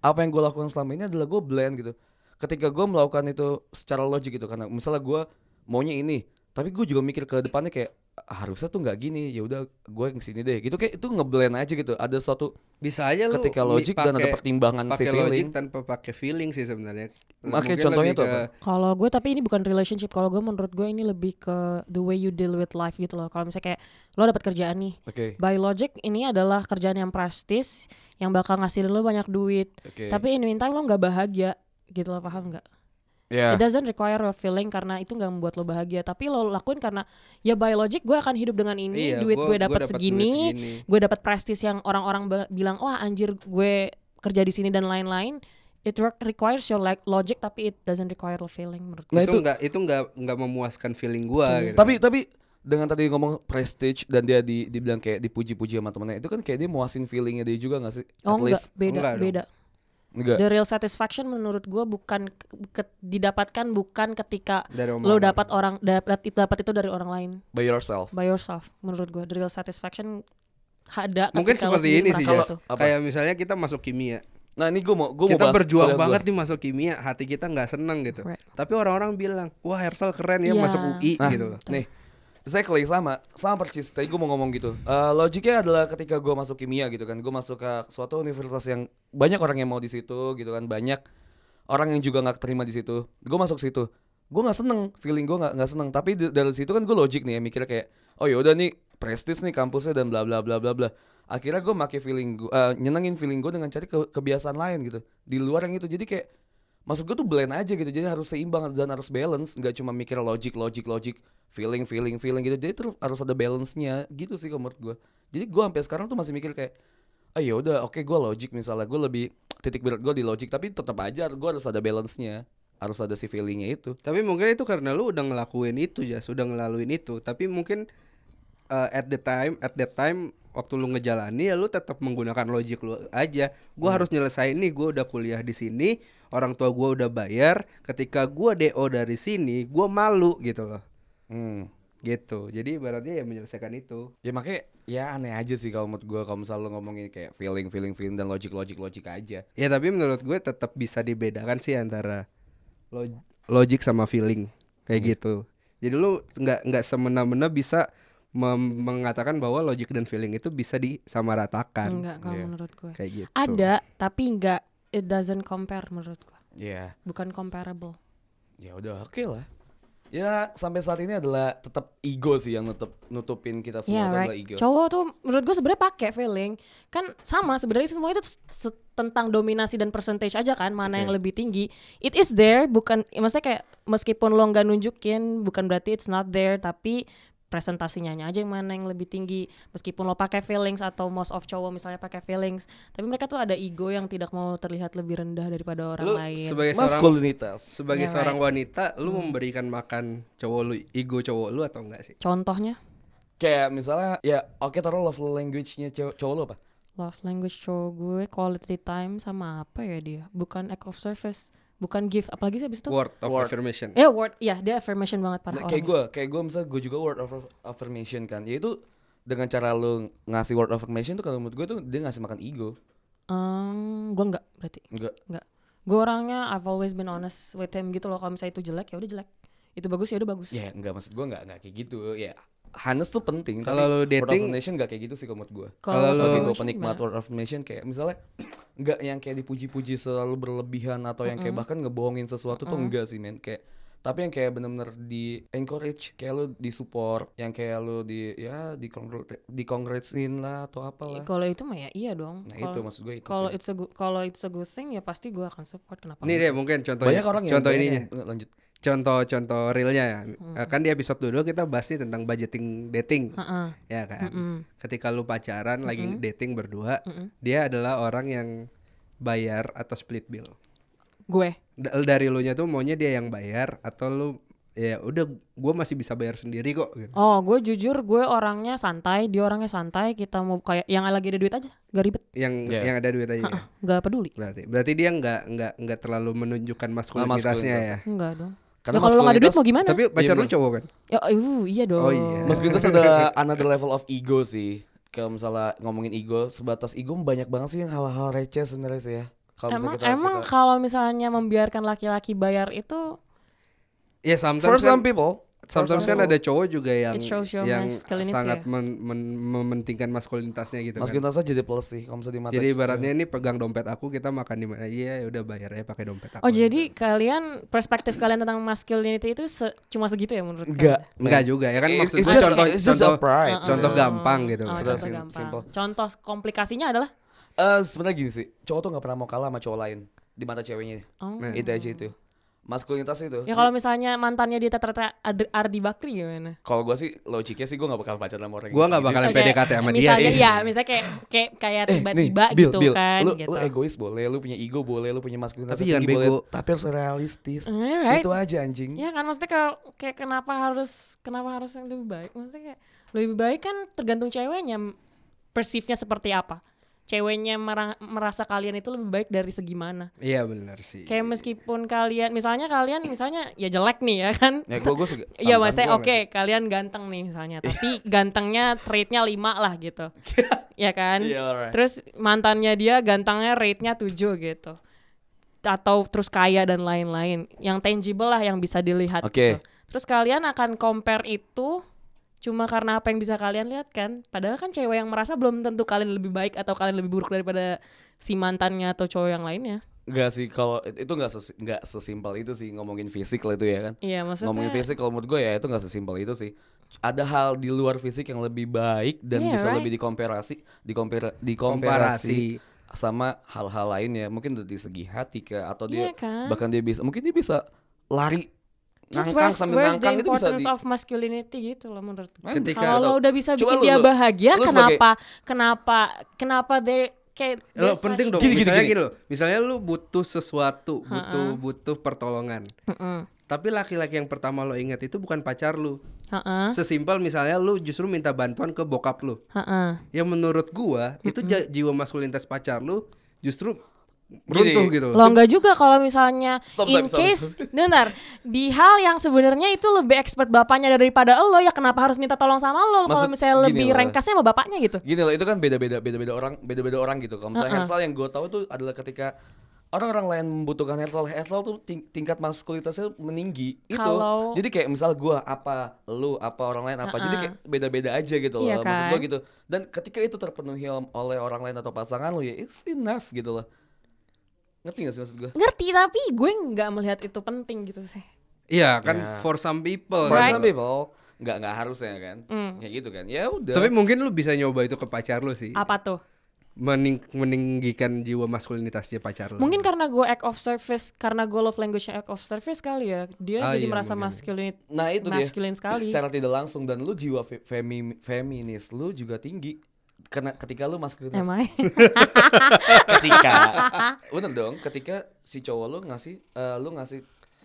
D: apa yang gue lakukan selama ini adalah gue blend gitu ketika gue melakukan itu secara logik gitu karena misalnya gue maunya ini tapi gue juga mikir ke depannya kayak "Ah, harusnya tuh nggak gini ya udah gue yang sini deh gitu kayak itu ngeblend aja gitu ada suatu
C: Bisa aja lu
D: ketika
C: mi-
D: logic dan ada
C: pakai-
D: pertimbangan si
C: pakai
D: feeling
C: logic tanpa pakai feeling sih sebenarnya
D: Makanya
C: Mungkin
D: contohnya
C: lebih
D: tuh
C: ke-
D: apa?
E: Kalau gue tapi ini bukan relationship. Kalau gue menurut gue ini lebih ke the way you deal with life gitu loh. Kalau misalnya kayak lo dapat kerjaan nih,
D: oke
E: by logic ini adalah kerjaan yang prestis yang bakal ngasilin lo banyak duit.
D: oke
E: Tapi in the meantime lo nggak bahagia gitu lo paham nggak?
D: ya
E: It doesn't require your feeling karena itu nggak membuat lo bahagia. Tapi lo lakuin karena ya by logic gue akan hidup dengan ini,
C: Iya,
E: duit
C: gua-
E: gue
C: gua
E: dapat
C: dapat duit
E: segini,
C: segini.
E: gue dapat prestis yang orang-orang ba- bilang wah anjir gue kerja di sini dan lain-lain it work- requires your like logic tapi it doesn't require your feeling menurut gue.
D: Nah,
C: itu
D: itu-
C: nggak itu nggak nggak memuaskan feeling gua
E: Hmm,
C: gitu.
D: Tapi tapi dengan tadi ngomong prestige dan dia di dibilang kayak dipuji-puji sama temennya itu kan kayak dia muasin feelingnya dia juga gak sih?
E: Oh
D: At
E: enggak,
D: least.
E: beda,
C: Enggak dong.
E: beda.
D: Enggak.
E: The real satisfaction menurut gue bukan ke- ke- didapatkan bukan ketika
C: Dari omongan
E: lo
C: orang.
E: dapat orang dapat dapat itu dari orang lain
D: By yourself.
E: by yourself menurut gue the real satisfaction ada
C: Mungkin
E: ketika lo
C: seperti
E: sendiri
C: ini sih
E: merasakan
C: ya.
E: itu.
D: Apa?
C: Kayak misalnya kita masuk kimia.
D: Nah, ini gue mau gue mau
C: kita
D: bahas
C: berjuang
D: kuliah gua.
C: banget nih masuk kimia, hati kita nggak seneng gitu.
E: Right.
C: Tapi orang-orang bilang, "Wah, Hersal keren ya
E: Iya.
C: masuk UI"
D: Nah,
C: gitu loh.
D: Nih, saya kelik sama, sama persis. Tadi gue mau ngomong gitu. Eh, logiknya adalah ketika gue masuk kimia gitu kan, gue masuk ke suatu universitas yang banyak orang yang mau di situ gitu kan, banyak orang yang juga nggak terima di situ. Gue masuk situ, gue nggak seneng, feeling gue nggak nggak seneng. Tapi d- dari situ kan gue logik nih, ya, mikirnya kayak, oh yaudah nih prestis nih kampusnya dan bla bla bla bla bla. Akhirnya gue make feeling gue, nyenengin feeling gue dengan cari ke- kebiasaan lain gitu di luar yang itu. Jadi kayak Maksud gue tuh blend aja gitu Jadi harus seimbang dan harus balance Gak cuma mikir logic, logic, logic Feeling, feeling, feeling gitu Jadi ter- harus ada balance-nya gitu sih kalau menurut gue Jadi gue sampai sekarang tuh masih mikir kayak Ah yaudah oke gue logic misalnya Gue lebih titik berat gue di logic Tapi tetap aja gue harus ada balance-nya Harus ada si feeling-nya itu
C: Tapi mungkin itu karena lu udah ngelakuin itu ya, sudah ngelaluin itu. Tapi mungkin uh, at the time, at that time waktu lu ngejalani ya lu tetap menggunakan logik lu aja. Gua harus nyelesain nih, gua udah kuliah di sini, orang tua gua udah bayar. Ketika gua DO dari sini, gua malu gitu loh.
D: hmm.
C: Gitu. Jadi ibaratnya ya menyelesaikan itu.
D: Ya makanya ya aneh aja sih kalau menurut gue Kalau misalnya lo ngomongin kayak feeling, feeling, feeling Dan logic, logic, logic aja
C: Ya tapi menurut gue tetap bisa dibedakan sih antara log- logic sama feeling kayak
E: Iya.
C: gitu. Jadi lu nggak nggak semena-mena bisa mem- mengatakan bahwa logic dan feeling itu bisa disamaratakan
E: enggak kalau
D: Iya.
E: menurut gue
C: kayak gitu.
E: ada tapi enggak it doesn't compare menurut gue
D: Ya
E: bukan comparable
D: ya udah oke lah ya sampai saat ini adalah tetap ego sih yang nutup nutupin kita semua
E: Iya,
D: itu
E: right.
D: adalah ego
E: Cowok tuh menurut gue sebenarnya pakai feeling. Kan sama sebenarnya semua itu se- tentang dominasi dan percentage aja kan, mana yang lebih tinggi. It is there, bukan maksudnya kayak meskipun lo nggak nunjukin bukan berarti it's not there, tapi presentasinya aja yang mana yang lebih tinggi. Meskipun lo pakai feelings atau most of cowok misalnya pakai feelings, tapi mereka tuh ada ego yang tidak mau terlihat lebih rendah daripada orang
C: Lu
E: lain. Iya,
C: sebagai seorang
D: maskulinitas
C: sebagai
E: Yeah,
C: seorang wanita lu
E: Hmm.
C: memberikan makan cowok lu ego cowok lu atau enggak sih?
E: Contohnya
D: kayak misalnya ya oke taruh love language-nya cowok, cowok lo apa
E: love language cowok gue quality time sama apa ya dia? Bukan act of service, bukan gift, apalagi sih abis itu
C: Word of
D: Word.
C: affirmation.
E: Eh word, ya dia affirmation banget parah
D: Nah, kayak
E: orangnya.
D: gue kayak gue misalnya gue juga word of affirmation kan yaitu dengan cara lo ngasih word of affirmation tuh kalau menurut gue tuh dia ngasih makan ego
E: Em, gue enggak berarti
D: enggak
E: enggak. Gue orangnya I've always been honest with him gitu loh. Kalau misalnya itu jelek ya udah jelek. Itu bagus ya udah bagus.
D: ya enggak maksud gue enggak enggak kayak gitu ya Hannes tuh penting tapi
C: Kalau lo
D: word of
C: dating-
D: affirmation enggak kayak gitu sih kalau menurut gue
C: Kalau
E: love
C: lu-
D: sebagai gue
E: language
D: penikmat
E: gimana?
D: word of affirmation kayak misalnya nggak yang kayak dipuji-puji selalu berlebihan atau yang kayak bahkan ngebohongin sesuatu tuh enggak sih men kayak tapi yang kayak bener-bener di encourage kayak lu di support yang kayak lu di ya di dikongratsin lah atau
E: Ya,
D: apalah
E: Kalau itu mah ya iya dong.
D: nah
E: Kalau-
D: itu maksud gue itu
E: Kalau
D: sih.
E: it's a good, kalau it's a good thing ya pasti gue akan support. Kenapa?
C: Ini
E: enggak?
C: deh mungkin contohnya.
D: banyak orang yang
C: contoh
D: banyak
E: ya.
C: ininya.
D: yang- enggak,
E: Iya.
D: lanjut
C: Contoh-contoh realnya ya. Kan di episode dulu kita bahas nih tentang budgeting dating.
E: Heeh.
C: Ya kan.
E: Mm.
C: ketika lu pacaran lagi dating berdua dia adalah orang yang bayar atau split bill
E: Gue.
C: Da- dari lu nya tuh maunya dia yang bayar atau lu ya udah gue masih bisa bayar sendiri kok gitu.
E: Oh, gue jujur gue orangnya santai, dia orangnya santai. Kita mau kayak yang lagi ada duit aja, gak ribet,
C: yang
D: Ya.
C: yang ada duit aja ya.
E: gak peduli.
C: berarti berarti dia nggak nggak nggak terlalu menunjukkan maskulinitasnya ya
E: Enggak dong. ya
D: Karena
E: kalau lo gak ada duit
D: maskulinitas-
E: mau gimana?
C: tapi pacar lu
D: bener.
C: cowok kan
E: Ya, uh, iya dong.
C: Oh, iya.
D: Mas Guntur ada another level of ego sih. Kalau misalnya ngomongin ego, sebatas ego banyak banget sih yang hal-hal receh sebenarnya sih ya. Kalau
E: Emang
D: misalnya kita,
E: emang
D: kita-
E: kalau misalnya membiarkan laki-laki bayar itu
C: ya sometimes
D: for some
C: kan-
D: people, for
C: sometimes kan
D: people,
C: ada cowok juga yang
E: It shows your
C: yang
E: masculinity ya.
C: sangat men- men- mementingkan maskulinitasnya gitu
D: Mas
C: kan
D: Guntur saja jadi plus sih kalau misalnya di mata. Iya.
C: jadi
D: cewek.
C: ibaratnya ini pegang dompet aku kita makan di mana iya ya udah bayarnya pakai dompet aku gitu.
E: Oh, jadi kalian perspektif kalian tentang masculinity itu se- cuma segitu ya menurut
D: enggak,
E: kalian? Uh-uh.
C: Enggak juga ya kan
D: It's-
C: maksudnya
D: it's just-
C: contoh
D: it's just
C: contoh
D: a pride.
C: contoh gampang gitu.
E: Oh,
D: Sudah
E: contoh
D: sim-
E: gampang.
D: simple.
E: Contoh komplikasinya adalah
C: Nah.
D: Eh sebenarnya gini sih, cowok tuh nggak pernah mau kalah sama cowok lain di mata ceweknya. Itu aja itu. maskulinitas
E: Oh.
D: itu.
E: Ya kalau misalnya mantannya dia ternyata Ad- Ardi Bakri gimana?
D: Kalau gue sih logiknya sih gue gak bakal pacaran sama orang
C: Gua nggak bakalan
E: Misalnya-
C: PDKT sama dia
E: misalnya,
C: sih.
E: Iya, misalnya kayak kayak kayak tiba-tiba
D: Eh, Bill,
E: gitu
D: Bill,
E: kan
D: lu,
E: gitu.
D: lu egois boleh, lu punya ego boleh, lu punya maskulinitas
C: Tapi jangan
D: yang tinggi boleh,
C: bego.
D: tapi harus realistis.
E: Alright.
D: Itu aja anjing.
E: Ya kan maksudnya kalau kayak kenapa harus kenapa harus yang lebih baik? Maksudnya kayak lebih baik kan tergantung ceweknya m- persifnya seperti apa. Ceweknya merang- merasa kalian itu lebih baik dari segi mana.
C: Iya benar sih.
E: Kayak meskipun kalian misalnya kalian misalnya ya jelek nih ya kan.
D: Ya gue gue
E: Iya maksudnya oke kalian ganteng nih misalnya tapi gantengnya rate-nya 5 lah gitu. ya kan?
D: Iya, alright.
E: Terus mantannya dia gantengnya rate-nya 7 gitu. Atau terus kaya dan lain-lain. Yang tangible lah yang bisa dilihat gitu.
D: Oke.
E: Terus kalian akan compare itu cuma karena apa yang bisa kalian lihat kan? Padahal kan cewek yang merasa belum tentu kalian lebih baik atau kalian lebih buruk daripada si mantannya atau cowok yang lainnya.
D: Enggak sih kalau itu enggak sesi, nggak sesimpel itu sih ngomongin fisik lah itu ya kan.
E: Iya, maksudnya-
D: Ngomongin fisik kalau menurut gue ya itu enggak sesimpel itu sih. Ada hal di luar fisik yang lebih baik dan
E: Iya,
D: bisa
E: right.
D: lebih dikomparasi dikompar
C: Komparasi.
D: dikomparasi sama hal-hal lain ya. Mungkin di segi hati ke atau
E: Iya
D: dia
E: kan?
D: bahkan dia bisa mungkin dia bisa lari
E: Just
D: ngangkang
E: where's-
D: sambil
E: where's
D: ngangkang
E: the
D: itu bisa
E: importance
D: di
E: of masculinity gitu loh menurut gue.
C: Kan Ketika-
E: Kalau lo
D: atau-
E: udah bisa
D: Coba
E: bikin
D: lu-
E: dia
D: lu-
E: bahagia,
D: lu sebagai-
E: kenapa, kenapa, kenapa they kayak
C: Lo
E: they're
C: penting
E: such-
C: dong.
D: Gini, gini,
C: misalnya
D: gini.
C: gini. loh. Misalnya lu butuh sesuatu, butuh butuh pertolongan.
E: Mm-mm.
C: Tapi laki-laki yang pertama lo ingat itu bukan pacar lu.
E: Ha-ha,
C: Sesimpel misalnya lu justru minta bantuan ke bokap lu.
E: ha-ha.
C: Yang menurut gua itu ja- jiwa maskulinitas pacar lu justru runtuh gitu
E: Lo
C: loh.
E: enggak juga kalau misalnya
D: Stop,
E: in
D: stop, stop.
E: case, benar, di hal yang sebenarnya itu lebih expert bapaknya daripada lo ya kenapa harus minta tolong sama lo kalau
D: Maksud-
E: misalnya
D: gini
E: lebih
D: loh.
E: rengkasnya sama bapaknya gitu.
D: Gini loh, itu kan beda-beda beda-beda orang, beda-beda orang gitu. Kalau misalnya hersal yang gue tahu tuh adalah ketika orang-orang lain membutuhkan hersal, hersal tuh ting- tingkat maskulinitasnya meninggi itu.
E: Kalau-
D: Jadi kayak misal gue apa, lu apa orang lain apa. Jadi kayak beda-beda aja gitu loh.
E: Iya
D: Maksud gue
E: kan?
D: gitu. Dan ketika itu terpenuhi om- oleh orang lain atau pasangan lu ya it's enough gitu loh. Ngerti gak sih maksud gue?
E: Ngerti tapi gue nggak melihat itu penting gitu sih.
C: Iya
D: Ya.
C: kan for some people.
D: For
E: Right. Mm.
D: some people nggak nggak harusnya kan. Kayak gitu kan. Ya udah.
C: Tapi mungkin lu bisa nyoba itu ke pacar lu
D: Iya.
C: sih.
E: Apa tuh?
C: Mening- meninggikan jiwa maskulinitasnya pacar lu.
E: Mungkin karena gue act of service, karena gue love language-nya act of service kali ya, dia
C: Ah,
E: jadi
C: iya,
E: merasa
C: mungkin.
E: masculine,
D: Nah itu dia
E: masculine sekali.
D: Secara tidak langsung dan lu jiwa fe- femi- feminis lu juga tinggi karena ketika lu maskulinitas
E: Am I?
D: ketika bener dong ketika si cowok lu ngasih eh, lu ngasih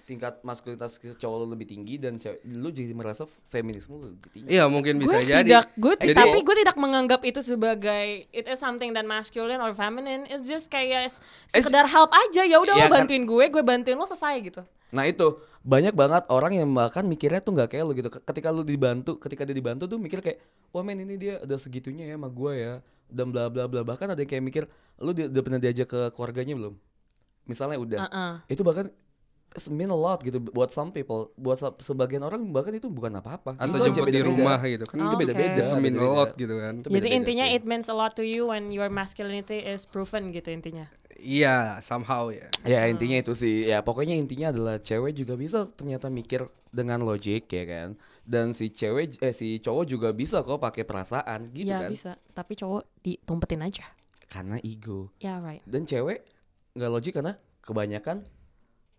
D: tingkat maskulinitas ke cowok lu lebih tinggi dan cewek- lu jadi merasa feminisme lu lebih tinggi
C: Iya mungkin
E: gue
C: bisa jadi.
E: tidak, gue ti-
C: Jadi-
E: tapi gue tidak menganggap itu sebagai it is something that masculine or feminine. It's just kayak s- sekedar help aja. Ya udah
D: Ya
E: lo
D: kan-
E: bantuin gue, gue bantuin lo selesai gitu.
D: nah itu banyak banget orang yang bahkan mikirnya tuh nggak kayak lu gitu Ke- ketika lu dibantu ketika dia dibantu tuh mikir kayak wah men ini dia udah segitunya ya sama gua ya dan bla bla bla bahkan ada yang kayak mikir lu di- udah pernah diajak ke keluarganya belum misalnya udah
E: Heeh.
D: itu bahkan it's mean a lot gitu buat some people buat se- sebagian orang bahkan itu bukan apa-apa
C: atau
D: Itu aja
C: jemput di
D: beda-beda.
C: rumah gitu kan.
E: Oh,
D: itu
E: oke.
D: beda-beda
C: It's a mean a
D: beda-beda.
C: lot gitu kan.
D: Itu
E: Jadi
D: beda-beda
E: intinya
D: sih.
E: it means a lot to you when your masculinity is proven gitu intinya.
C: Iya, somehow ya.
D: ya intinya itu sih ya pokoknya intinya adalah cewek juga bisa ternyata mikir dengan logik ya kan dan si cewek eh si cowok juga bisa kok pakai perasaan gitu
E: Iya
D: kan
E: bisa, tapi cowok ditumpetin aja.
D: karena ego
E: Ya right.
D: dan cewek nggak logik karena kebanyakan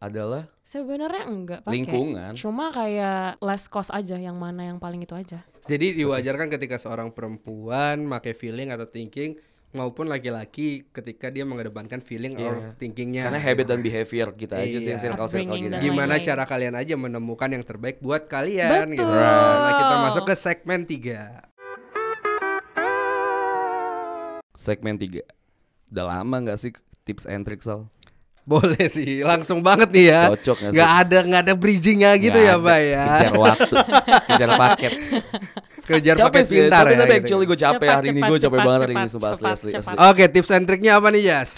D: adalah
E: Sebenarnya enggak pakai.
D: Lingkungan.
E: Cuma kayak less cost aja yang mana yang paling itu aja.
C: Jadi diwajarkan ketika seorang perempuan pakai feeling atau thinking maupun laki-laki ketika dia mengedepankan feeling or
D: Iya.
C: thinkingnya. gitu
D: karena habit dan behavior kita aja sih
C: Ya, Iya.
D: circle circle
E: Upbringing
D: gitu
E: dan
C: Gimana
E: lain-lain.
C: cara kalian aja menemukan yang terbaik buat kalian gitu.
E: Betul.
C: Nah, kita masuk ke segmen 3.
D: segmen 3 udah lama nggak sih tips and tricks Sal?
C: Boleh sih, langsung banget nih ya.
D: Cocok nggak sih?
C: nggak ada nggak ada bridgingnya gitu
D: Nggak
C: ya,
D: ada.
C: Pak ya.
D: Kejar waktu, kejar paket.
C: Kejar pakai
D: sih,
C: pintar
D: tapi,
C: ya.
D: Tapi
C: gitu.
D: actually gue capek
E: Cepat,
D: hari ini,
E: cepat,
D: gue capek
E: cepat,
D: banget hari ini
E: cepat,
D: sumpah asli
E: cepat,
D: asli.
E: cepat.
D: asli.
C: Oke, tips and triknya apa nih, Jas?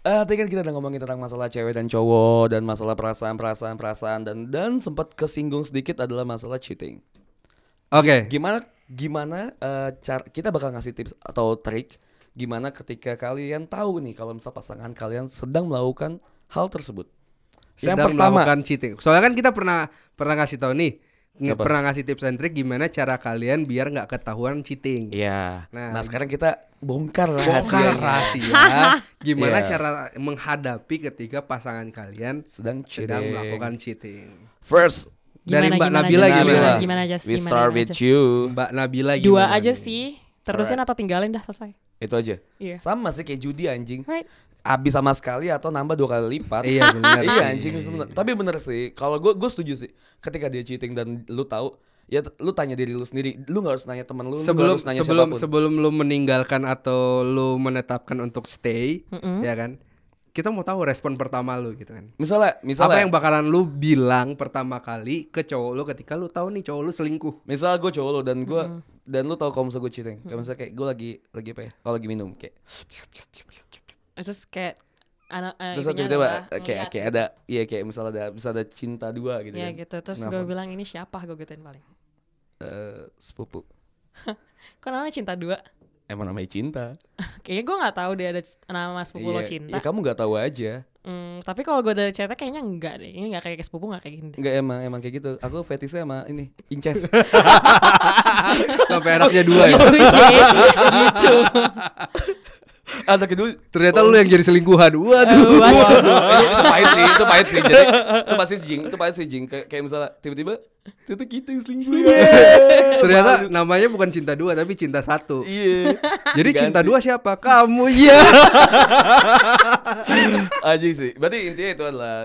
D: Eh, tadi kan kita udah ngomongin tentang masalah cewek dan cowok dan masalah perasaan perasaan perasaan dan dan sempat kesinggung sedikit adalah masalah cheating.
C: Oke.
D: Gimana gimana eh, cara kita bakal ngasih tips atau trik gimana ketika kalian tahu nih kalau misal pasangan kalian sedang melakukan hal tersebut.
C: sedang melakukan cheating. Soalnya kan kita pernah pernah kasih tahu nih nggak
D: Apa?
C: pernah ngasih tips and trick gimana cara kalian biar nggak ketahuan cheating.
D: Iya.
C: Nah,
D: Nah, sekarang kita bongkar
C: Bongkar
D: rahasianya.
C: rahasia. Gimana
D: Iya.
C: cara menghadapi ketika pasangan kalian
D: Sedang
C: sedang
D: cheating.
C: melakukan cheating?
D: First,
C: Dari
E: Gimana,
C: Mbak
E: gimana,
C: Nabila
E: gimana?
C: gimana?
E: Gimana, Jas?
D: We
E: Gimana,
D: start with
E: Jas?
D: you.
C: Mbak Nabila gimana?
E: Dua aja
C: nih?
E: sih. Terusin atau tinggalin dah selesai.
D: Itu aja.
E: Iya.
D: Sama sih kayak judi anjing.
E: Right.
D: Abis sama sekali atau nambah dua kali lipat.
C: Iya benar.
D: iya
C: sih.
D: anjing sebenernya. Tapi bener sih. Kalau gue gue setuju sih. Ketika dia cheating dan lu tahu, ya t- lu tanya diri lu sendiri. Lu nggak harus nanya teman lu. lu nggak
C: sebelum
D: harus nanya
C: sebelum
D: siapapun.
C: sebelum lu meninggalkan atau lu menetapkan untuk stay, ya kan? Kita mau tahu respon pertama lu gitu kan.
D: misalnya misalnya
C: Apa yang bakalan lu bilang pertama kali ke cowok lu ketika lu tahu nih cowok lu selingkuh?
D: Misal gue cowok lo dan gue
E: Hmm.
D: dan lu tau kalau misalnya gue cheating, kayak misalnya kayak gue lagi lagi apa ya? Kalau lagi minum kayak
E: Nah, Terus kayak ana- eh,
D: terus
E: itunya
D: tiba-tiba
E: adalah
D: kayak
E: ngeliat.
D: kayak ada iya kayak misalnya ada bisa ada cinta dua gitu.
E: Iya
D: kan.
E: gitu. Terus gue
D: Nelfon,
E: bilang ini siapa gue gituin paling.
D: "Eh, sepupu.
E: Kok namanya cinta dua?
D: Emang namanya cinta.
E: Kayaknya gue nggak tahu dia ada c- nama sepupu lo
D: Iya,
E: cinta.
D: Ya, kamu nggak tahu aja.
E: Hmm, tapi kalau gue dari cerita kayaknya enggak deh. Ini enggak kayak sepupu enggak kayak gini. deh.
D: Enggak emang emang kayak gitu. Aku fetishnya sama ini inces.
C: Sampai anaknya dua
D: iya.
C: ya.
E: Gitu, Jay. gitu.
D: ada Ah, kedua
C: Ternyata lu yang jadi selingkuhan.
E: Eh,
C: Waduh.
E: waduh.
D: itu pahit sih, itu pahit sih. Jadi itu pasti sih jing, itu pahit sih jing. Kayak, kayak misalnya tiba-tiba ternyata kita yang selingkuh. ya.
C: Iya. Ternyata namanya bukan cinta dua tapi cinta satu.
D: Iya.
C: Jadi cinta
D: Ganti.
C: dua siapa? Kamu ya.
D: Anjing sih. Berarti intinya itu adalah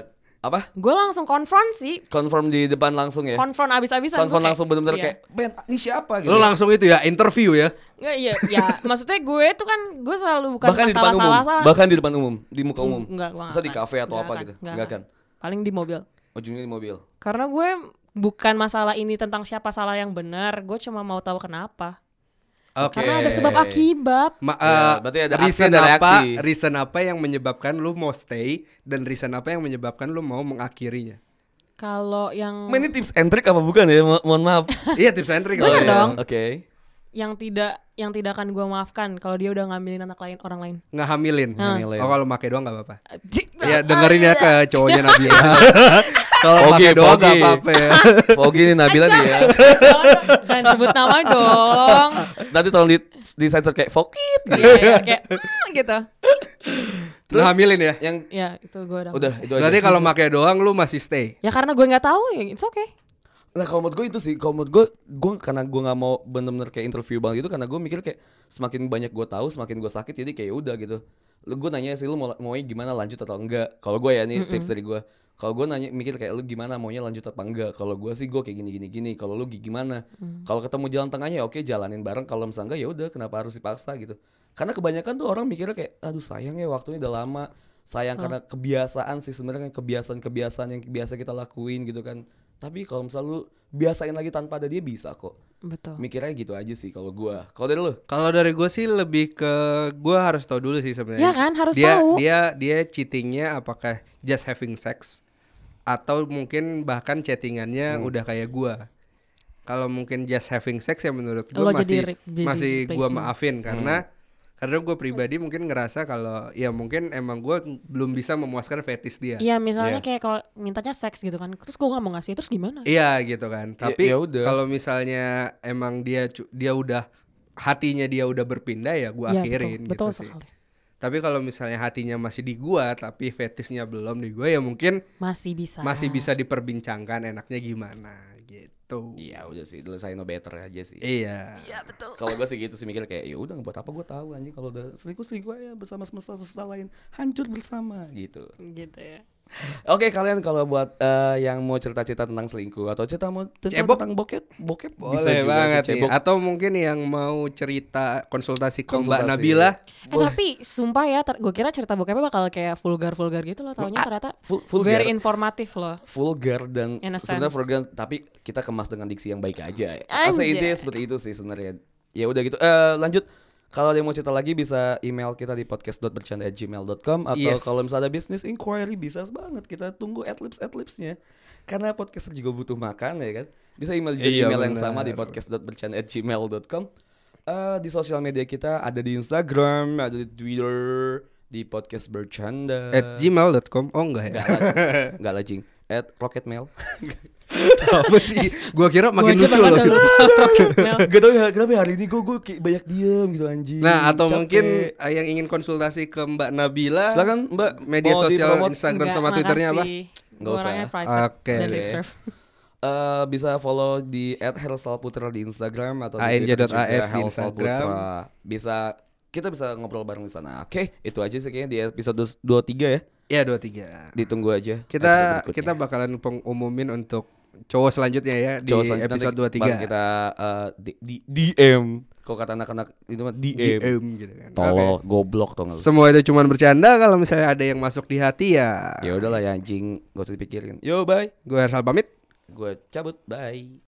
D: apa?
E: Gue langsung konfront sih.
D: Confirm di depan langsung ya.
E: Konfront abis-abisan.
D: Confirm
E: Gua
D: langsung benar-benar
E: iya.
D: kayak, "Ben, ini siapa?" gitu.
C: Lu langsung itu ya interview ya.
E: Nggak, iya, ya, maksudnya gue tuh kan gue selalu bukan
D: bahkan di depan umum,
E: salah-salah.
D: bahkan di depan umum, di muka umum.
E: Enggak, gua nggak
D: Bisa di
E: akan.
D: kafe atau
E: Nggak
D: apa
E: akan,
D: gitu.
E: nggak
D: Enggak kan.
E: akan. Paling di mobil.
D: Ujungnya di mobil.
E: Karena gue bukan masalah ini tentang siapa salah yang benar, gue cuma mau tahu kenapa.
C: Oke.
E: Karena ada sebab akibat.
C: Ma-
D: Ya,
C: eh,
D: berarti ada aksi,
C: reason
D: ada
C: apa,
D: reaksi.
C: reason apa yang menyebabkan lu mau stay dan reason apa yang menyebabkan lu mau mengakhirinya?
E: Kalau yang
D: Men, Oh, Ini tips and trick apa bukan ya? Mo- Mohon maaf.
C: iya tips and trick.
D: Oh,
E: Bener
D: iya.
E: dong.
D: Oke.
E: yang tidak yang tidak akan gue maafkan kalau dia udah ngambilin anak lain orang lain.
C: Nggak hamilin.
D: Hamilin.
C: Oh kalau make doang nggak apa-apa.
E: Eh, jik,
C: Ya dengerin ya ke cowoknya
E: Iya.
C: Nabila. kalau
D: Oke,
C: make doang
D: oke.
C: nggak apa-apa ya.
D: Fogi ini Nabila nih ya.
E: Jangan jangan sebut nama dong.
D: Nanti tolong di, di sensor kayak Fogit.
E: Iya, iya, kayak "Hmm," gitu.
C: Lu hamilin ya.
D: Yang
E: Ya itu gue udah.
D: udah itu aja.
C: Berarti kalau make doang lu masih stay.
E: Ya karena gue nggak tahu ya it's okay.
D: Nah kalau menurut gue itu sih, kalau menurut gue, gue karena gue nggak mau bener-bener kayak interview banget itu karena gue mikir kayak semakin banyak gue tahu, semakin gue sakit, jadi kayak udah gitu. Lu gue nanya sih lu mau maunya gimana lanjut atau enggak? Kalau gue ya ini tips dari gue. Kalau gue nanya mikir kayak lu gimana maunya lanjut apa enggak? Kalau gue sih gue kayak gini gini gini. Kalau lu gi- gimana? Kalau ketemu jalan tengahnya ya oke jalanin bareng. Kalau misalnya enggak ya udah kenapa harus dipaksa gitu? Karena kebanyakan tuh orang mikirnya kayak aduh sayang ya waktunya udah lama. Sayang karena kebiasaan sih sebenarnya kan kebiasaan-kebiasaan yang biasa kita lakuin gitu kan. Tapi kalau misal lu biasain lagi tanpa ada dia bisa kok.
E: Betul.
D: Mikirnya gitu aja sih kalau gua. Kalau dari lu?
C: Kalau dari gue sih lebih ke gue harus tahu dulu sih sebenarnya.
E: Ya kan, harus
C: dia,
E: tahu.
C: Dia dia cheatingnya apakah just having sex atau mungkin bahkan chattingannya
D: Hmm.
C: udah kayak gua. Kalau mungkin just having sex ya menurut gue
E: Lo jadi
C: masih
E: re- jadi
C: masih gue
E: replacement.
C: maafin
D: Hmm.
C: karena karena gue pribadi mungkin ngerasa kalau ya mungkin emang gue belum bisa memuaskan fetis dia.
E: Iya misalnya kayak kalau mintanya seks gitu kan, terus gue nggak mau ngasih, terus gimana?
C: Iya gitu kan. Tapi
D: ya udah.
C: kalau misalnya emang dia cu- dia udah hatinya dia udah berpindah ya gue
E: Iya, betul,
C: akhirin
E: betul
C: gitu sih.
E: sekali.
C: Tapi kalau misalnya hatinya masih di gua tapi fetisnya belum di gua ya mungkin
E: Masih bisa.
C: masih bisa diperbincangkan enaknya gimana gitu.
D: Iya udah sih, dulu saya no better aja sih.
C: Iya.
D: Kalau gua sih gitu sih mikir kayak ya udah buat apa gua tahu anjing kalau udah selingkuh selingkuh aja bersama semesta semesta lain hancur bersama gitu.
E: Gitu ya.
D: Oke kalian kalau buat eh, yang mau cerita-cerita tentang selingkuh atau cerita mau cerita
C: Cebok.
D: tentang bokep bokep bisa
C: Boleh
D: juga
C: banget
D: sih,
C: nih.
D: cebok.
C: Atau mungkin yang mau cerita konsultasi ke Mbak
D: Konsultasi.
C: Nabila
E: Eh tapi sumpah ya, gue kira cerita bokepnya bakal kayak vulgar-vulgar gitu loh, taunya
C: ah,
E: ternyata
D: vul- vulgar.
E: very informatif loh.
D: vulgar dan
E: In a
D: sebenarnya
E: sense.
D: vulgar tapi kita kemas dengan diksi yang baik aja. Asa
E: Anjay.
D: ide seperti itu sih sebenarnya. Ya udah gitu. Eh lanjut kalau ada yang mau cerita lagi bisa email kita di podcast.bercanda@gmail.com atau
C: Yes.
D: kalau misalnya ada business inquiry bisa banget kita tunggu adlibs adlibsnya karena podcaster juga butuh makan ya kan. Bisa email juga
C: Iya,
D: email yang
C: benar.
D: sama di podcast.bercanda@gmail.com. Eh di sosial media kita ada di Instagram, ada di Twitter, di podcast bercanda
C: at gmail.com. Oh enggak ya.
D: Enggak lah, enggak lah, Jing. At Rocketmail.
C: apa sih gua kira makin
E: Gua aja
C: lucu
E: bahkan
C: loh
E: udah lupa. Mel,
D: Gak tau ya kenapa ya hari ini gue gue banyak diem gitu anjing
C: nah atau
D: Capek.
C: mungkin eh, yang ingin konsultasi ke Mbak Nabila
D: Silakan, Mbak.
C: media
D: Mau
C: sosial
D: dipromot?
C: Instagram
E: enggak,
C: sama Twitternya apa ya.
E: makasih.
D: Nggak
E: Gua
D: usah.
E: orangnya private
C: Oke.
E: dan reserve.
D: Eh, bisa follow di @hersalputra di Instagram atau di
C: ANJ.AS
D: Twitter juga,
C: di
D: Hersal
C: Instagram.
D: Putra. Bisa kita bisa ngobrol bareng di sana. Oke, itu aja sih kayaknya di episode 23 ya.
C: ya dua tiga
D: Ditunggu aja.
C: kita
D: episode berikutnya.
C: kita bakalan pengumumin untuk cowok selanjutnya ya
D: Cowok
C: di
D: selanjutnya
C: episode
D: nanti
C: dua
D: baru
C: tiga
D: kita eh, di, di- DM. Kalau kata anak-anak itu mah DM.
C: DM gitu kan
D: Tolol, goblok tau
C: Oke.
D: nggak lu?
C: semua itu cuman bercanda kalau misalnya ada yang masuk di hati ya
D: Ya udahlah ya anjing, gak usah dipikirin. Yo bye.
C: gue Hersal pamit
D: Gue cabut, bye.